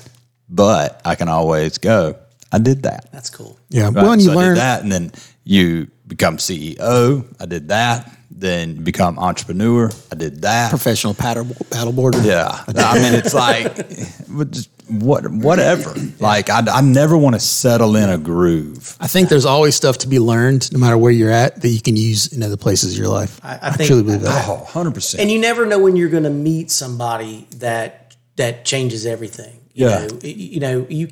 Speaker 2: but I can always go. I did that.
Speaker 4: that's cool.
Speaker 3: Yeah.
Speaker 2: Right?
Speaker 3: Well, and you
Speaker 2: so I
Speaker 3: learn.
Speaker 2: did that, and then you become CEO. I did that. Then you become entrepreneur. I did that.
Speaker 3: Professional paddle, paddleboarder.
Speaker 2: Yeah, I mean, it's like but just what, whatever. Like, I, I never want to settle in a groove.
Speaker 3: I think there's always stuff to be learned, no matter where you're at, that you can use in other places of your life.
Speaker 4: I think-
Speaker 3: truly believe that.
Speaker 2: Oh, 100 percent.
Speaker 4: And you never know when you're going to meet somebody that that changes everything. You
Speaker 2: Yeah.
Speaker 4: know, Y- you know you,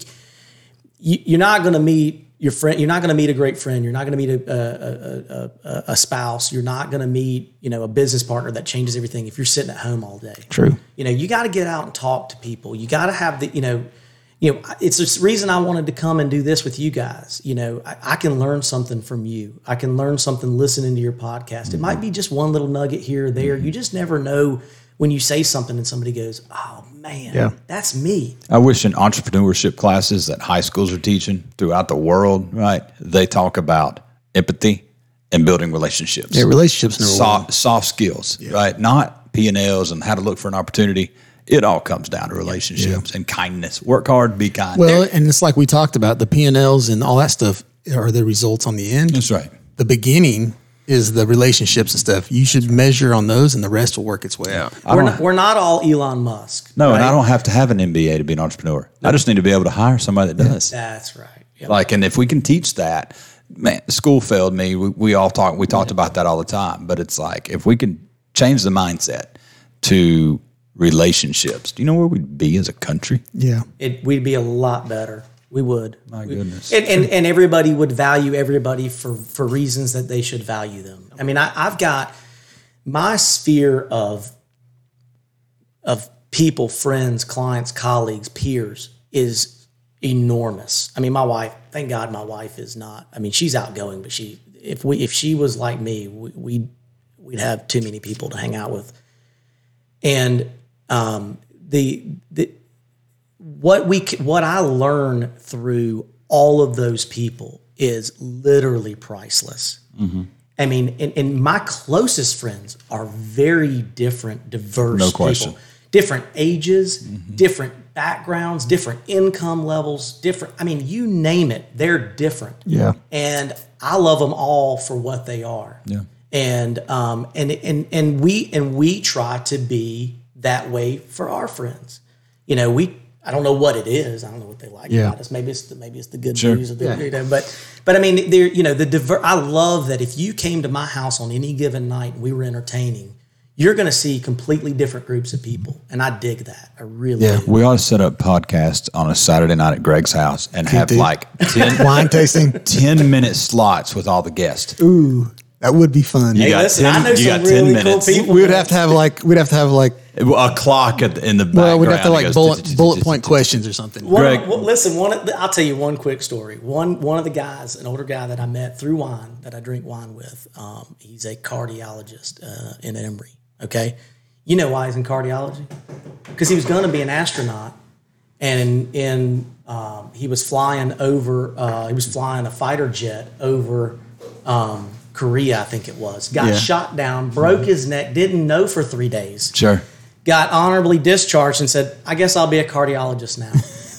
Speaker 4: you you're not going to meet your friend. You're not going to meet a great friend. You're not going to meet a, a, a, a, a spouse. You're not going to meet you know a business partner that changes everything if you're sitting at home all day.
Speaker 3: True.
Speaker 4: You know, you got to get out and talk to people. You got to have the, you know, you know, it's this reason I wanted to come and do this with you guys. You know, I, I can learn something from you. I can learn something listening to your podcast. It might be just one little nugget here or
Speaker 3: Mm-hmm.
Speaker 4: there. You just never know when you say something and somebody goes, "Oh man,
Speaker 3: Yeah.
Speaker 4: that's me."
Speaker 2: I wish in entrepreneurship classes that high schools are teaching throughout the world, right? They talk about empathy and building relationships.
Speaker 3: Yeah, relationships number one.
Speaker 2: soft, soft skills, right? Not P and Ls and how to look for an opportunity. It all comes down to relationships and kindness. Work hard, be kind.
Speaker 3: Well, and it's like we talked about the P and Ls and all that stuff are the results on the end.
Speaker 2: That's right.
Speaker 3: The beginning is the relationships and stuff. You should measure on those, and the rest will work its way out.
Speaker 4: We're not, we're not all Elon Musk.
Speaker 2: No, and
Speaker 4: right?
Speaker 2: I don't have to have an MBA to be an entrepreneur. I just need to be able to hire somebody that does.
Speaker 4: That's right. Yeah.
Speaker 2: Like, and if we can teach that, man, school failed me. We, we all talk, we talked about that all the time. But it's like, if we can change the mindset to relationships, do you know where we'd be as a country?
Speaker 3: Yeah,
Speaker 4: it, we'd be a lot better. We would. My
Speaker 2: goodness.
Speaker 4: And, and and everybody would value everybody for for reasons that they should value them. I mean, I, I've got my sphere of of people, friends, clients, colleagues, peers is enormous. I mean, my wife. Thank God, my wife is not. I mean, she's outgoing, but she if we if she was like me, we, we'd we'd have too many people to hang out with. And um, the the what we c- what I learn through all of those people is literally priceless.
Speaker 2: Mm-hmm.
Speaker 4: I mean, and, and my closest friends are very different, diverse
Speaker 2: No
Speaker 4: people.
Speaker 2: question. Mm-hmm.
Speaker 4: Different ages, different backgrounds, different income levels, different. I mean, you name it, they're different.
Speaker 3: Yeah.
Speaker 4: And I love them all for what they are. Yeah. And um and and and we and we try to be that way for our friends. You know, we I don't know what it is. I don't know what they like
Speaker 3: Yeah.
Speaker 4: about us. Maybe it's the, maybe it's the good news or the you know, but but I mean there you know the diver- I love that if you came to my house on any given night and we were entertaining, you're going to see completely different groups of people, and I dig that. I really
Speaker 3: Yeah.
Speaker 4: do.
Speaker 2: We ought to set up podcasts on a Saturday night at Greg's house and have
Speaker 3: do.
Speaker 2: like 10,
Speaker 3: wine tasting.
Speaker 2: 10 minute slots with all the guests.
Speaker 3: Ooh, that would be fun.
Speaker 2: You
Speaker 4: Hey,
Speaker 2: got
Speaker 4: listen,
Speaker 2: 10
Speaker 4: I know
Speaker 2: you
Speaker 4: some
Speaker 2: got 10
Speaker 4: really
Speaker 2: minutes.
Speaker 4: cool people.
Speaker 3: we would have to have like we'd have to have like
Speaker 2: A clock at the, in the background.
Speaker 3: well we'd have to
Speaker 2: that
Speaker 3: like
Speaker 2: goes
Speaker 3: bullet bullet point questions or something.
Speaker 4: One,
Speaker 2: Greg.
Speaker 4: well, listen. One, of the- I'll tell you one quick story. One, one of the guys, an older guy that I met through wine, that I drink wine with. Um, he's a cardiologist uh, in Emory. Okay, you know why he's in cardiology? Because he was going to be an astronaut, and in um, he was flying over. Uh, he was flying a fighter jet over um, Korea, I think it was. Got
Speaker 3: Yeah.
Speaker 4: shot down, broke his neck, didn't know for three days
Speaker 2: Sure.
Speaker 4: got honorably discharged and said, I guess I'll be a cardiologist now.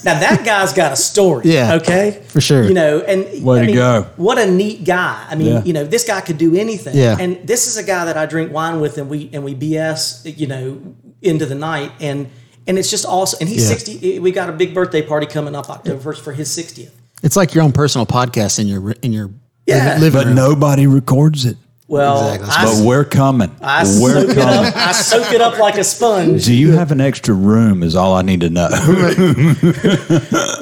Speaker 4: now that guy's got a story.
Speaker 3: Yeah,
Speaker 4: Okay.
Speaker 3: for sure.
Speaker 4: You know, and
Speaker 2: Way
Speaker 4: I
Speaker 2: to
Speaker 4: mean,
Speaker 2: go.
Speaker 4: What a neat guy. I mean,
Speaker 2: Yeah.
Speaker 4: you know, this guy could do anything.
Speaker 3: Yeah.
Speaker 4: And this is a guy that I drink wine with and we and we BS, you know, into the night. And and it's just awesome. And he's
Speaker 3: Yeah.
Speaker 4: sixty eh, we got a big birthday party coming up October first for his sixtieth.
Speaker 3: It's like your own personal podcast in your in your
Speaker 4: Yeah.
Speaker 3: living
Speaker 2: But
Speaker 3: room.
Speaker 2: nobody records it.
Speaker 4: Well,
Speaker 3: Exactly.
Speaker 4: I,
Speaker 2: But we're coming.
Speaker 4: I
Speaker 2: we're
Speaker 4: soak it
Speaker 2: coming.
Speaker 4: up. I soak it up like a sponge.
Speaker 2: Do you have an extra room? Is all I need to know.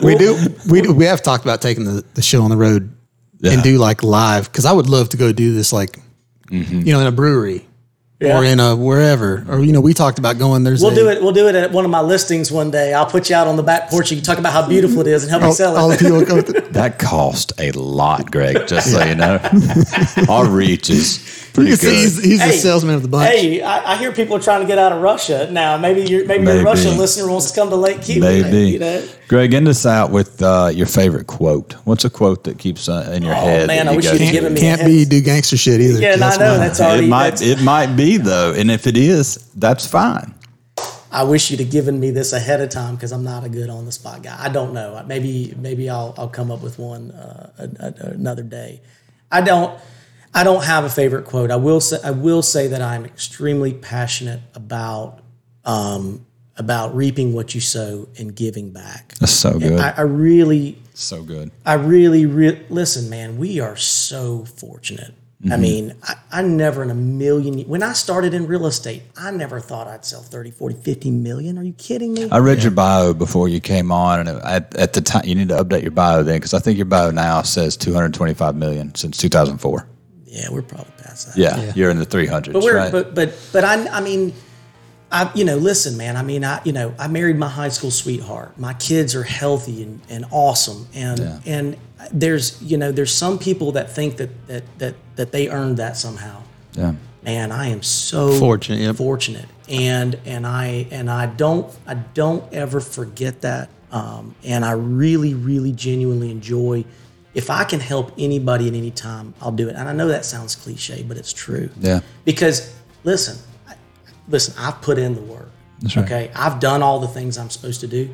Speaker 3: We do. We do, we have talked about taking the, the show on the road
Speaker 2: Yeah. Mm-hmm.
Speaker 3: and do like live because I would love to go do this like you know in a brewery or in a wherever. Or you know, we talked about going. There's
Speaker 4: We'll
Speaker 3: a,
Speaker 4: do it. We'll do it at one of my listings one day. I'll put you out on the back porch. You can talk about how beautiful it is and help me
Speaker 3: All,
Speaker 4: sell it.
Speaker 3: all the people go through.
Speaker 2: That cost a lot, Greg. Just so you know, our reach is pretty
Speaker 3: You can see he's,
Speaker 2: good.
Speaker 3: he's the salesman of the bunch.
Speaker 4: Hey, I, I hear people are trying to get out of Russia now. Maybe your maybe,
Speaker 2: Maybe.
Speaker 4: your Russian listener wants to come to Lake Kiwi.
Speaker 2: Maybe,
Speaker 4: You know?
Speaker 2: Greg, end us out with uh, your favorite quote. What's a quote that keeps uh, in your
Speaker 4: Oh,
Speaker 2: head?
Speaker 4: man,
Speaker 2: that
Speaker 4: I wish
Speaker 2: go
Speaker 4: you'd
Speaker 2: to?
Speaker 4: given me-
Speaker 3: Can't be do gangster shit either.
Speaker 4: Yeah, and I know
Speaker 3: mine.
Speaker 4: that's already.
Speaker 2: It might,
Speaker 4: that's-
Speaker 2: it might be though, and if it is, that's fine.
Speaker 4: I wish you'd have given me this ahead of time because I'm not a good on the spot guy. I don't know. Maybe maybe I'll I'll come up with one uh, a, a- another day. I don't I don't have a favorite quote. I will say I will say that I'm extremely passionate about um, about reaping what you sow and giving back.
Speaker 2: That's so good.
Speaker 4: I, I really
Speaker 2: so good.
Speaker 4: I really, re- listen, man, we are so fortunate. I
Speaker 2: Mm-hmm.
Speaker 4: mean, I, I never in a million, when I started in real estate, I never thought I'd sell 30, 40, 50 million. Are you kidding me?
Speaker 2: I read your bio before you came on, and at, at the time you need to update your bio then because I think your bio now says 225 million since 2004.
Speaker 4: yeah, we're probably past that.
Speaker 2: Yeah, you're in the 300s,
Speaker 4: But we're,
Speaker 2: right?
Speaker 4: but, but, but I, I mean, I, you know, listen, man, I mean, I, you know, I married my high school sweetheart. My kids are healthy and, and awesome. And, and there's, you know, there's some people that think that, that, that, that they earned that somehow.
Speaker 2: yeah,
Speaker 4: man, I am so
Speaker 3: Fortunate, yep.
Speaker 4: fortunate, and and I and I don't I don't ever forget that. Um, and I really, really, genuinely enjoy. If I can help anybody at any time, I'll do it. And I know that sounds cliche, but it's true.
Speaker 2: yeah,
Speaker 4: Because listen, I, listen, I've put in the work.
Speaker 2: right.
Speaker 4: Okay, I've done all the things I'm supposed to do,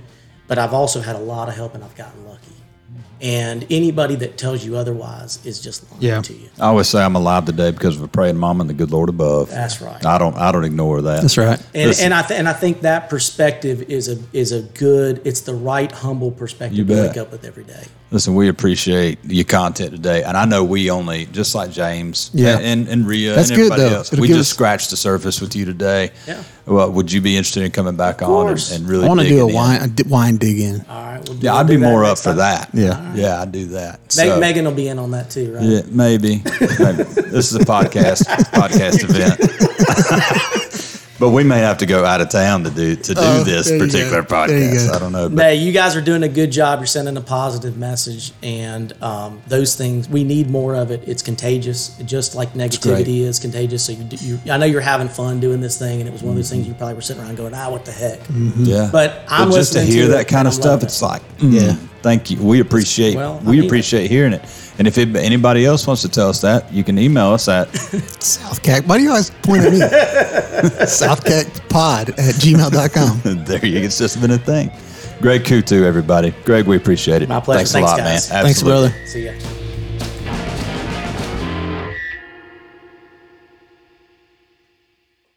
Speaker 4: but I've also had a lot of help, and I've gotten lucky.
Speaker 3: Mm-hmm.
Speaker 4: And anybody that tells you otherwise is just lying
Speaker 3: Yeah.
Speaker 4: to you.
Speaker 2: I always say I'm alive today because of a praying mom and the good Lord above.
Speaker 4: That's right.
Speaker 2: I don't, I don't ignore that.
Speaker 3: That's right.
Speaker 4: And,
Speaker 2: Listen.
Speaker 4: and I th- and I think that perspective is a is a good. It's the right humble perspective
Speaker 2: You
Speaker 4: to wake
Speaker 2: bet.
Speaker 4: up with every day.
Speaker 2: Listen, we appreciate your content today, and I know we only, just like James,
Speaker 3: Yeah.
Speaker 2: and and Rhea,
Speaker 3: That's
Speaker 2: and everybody
Speaker 3: good, though.
Speaker 2: else,
Speaker 3: It'll
Speaker 2: we
Speaker 3: give
Speaker 2: just
Speaker 3: us-
Speaker 2: scratched the surface with you today.
Speaker 4: Yeah.
Speaker 2: Well, would you be interested in coming back on and,
Speaker 4: course.
Speaker 2: and really?
Speaker 3: I want to
Speaker 2: digging
Speaker 3: do a
Speaker 2: in?
Speaker 3: wine a di- wine dig in.
Speaker 4: All right, we'll do,
Speaker 2: Yeah,
Speaker 4: we'll
Speaker 2: I'd
Speaker 4: do
Speaker 2: be
Speaker 4: that
Speaker 2: more up
Speaker 4: next
Speaker 2: for
Speaker 4: time.
Speaker 2: that.
Speaker 3: Yeah.
Speaker 2: yeah, I'd do that.
Speaker 4: Meg-
Speaker 2: So-
Speaker 4: Megan will be in on that too, right?
Speaker 2: Yeah, maybe. maybe. This is a podcast podcast event. but we may have to go out of town to do to do
Speaker 3: Oh,
Speaker 2: this
Speaker 3: there you go.
Speaker 2: particular
Speaker 3: There you
Speaker 2: podcast.
Speaker 3: go.
Speaker 2: I don't know. But
Speaker 4: Hey, you guys are doing a good job. You're sending a positive message, and um, those things we need more of it. It's contagious, just like
Speaker 2: great.
Speaker 4: negativity is contagious. So you, do- you, I know you're having fun doing this thing, and it was one of
Speaker 2: Mm-hmm.
Speaker 4: those things you probably were sitting around going, "Ah, what the heck?"
Speaker 2: yeah.
Speaker 4: But I'm
Speaker 2: just to
Speaker 4: listening
Speaker 2: hear
Speaker 4: to
Speaker 2: that
Speaker 4: it
Speaker 2: kind
Speaker 4: and
Speaker 2: of
Speaker 4: I'm
Speaker 2: stuff,
Speaker 4: loving
Speaker 2: it's like, yeah, thank you. We appreciate
Speaker 4: Mm. Well, I
Speaker 2: we
Speaker 4: mean-
Speaker 2: appreciate hearing it. And if it, anybody else wants to tell us that, you can email us at
Speaker 3: South Cac. Why do you always point at me? Southcacpod at gmail.com.
Speaker 2: there you it's just been a thing. Greg Kutu, everybody. Greg, we appreciate it.
Speaker 4: My pleasure.
Speaker 2: Thanks,
Speaker 4: Thanks,
Speaker 2: a lot,
Speaker 4: guys.
Speaker 2: man.
Speaker 3: Thanks,
Speaker 2: Absolutely.
Speaker 3: brother.
Speaker 4: See ya.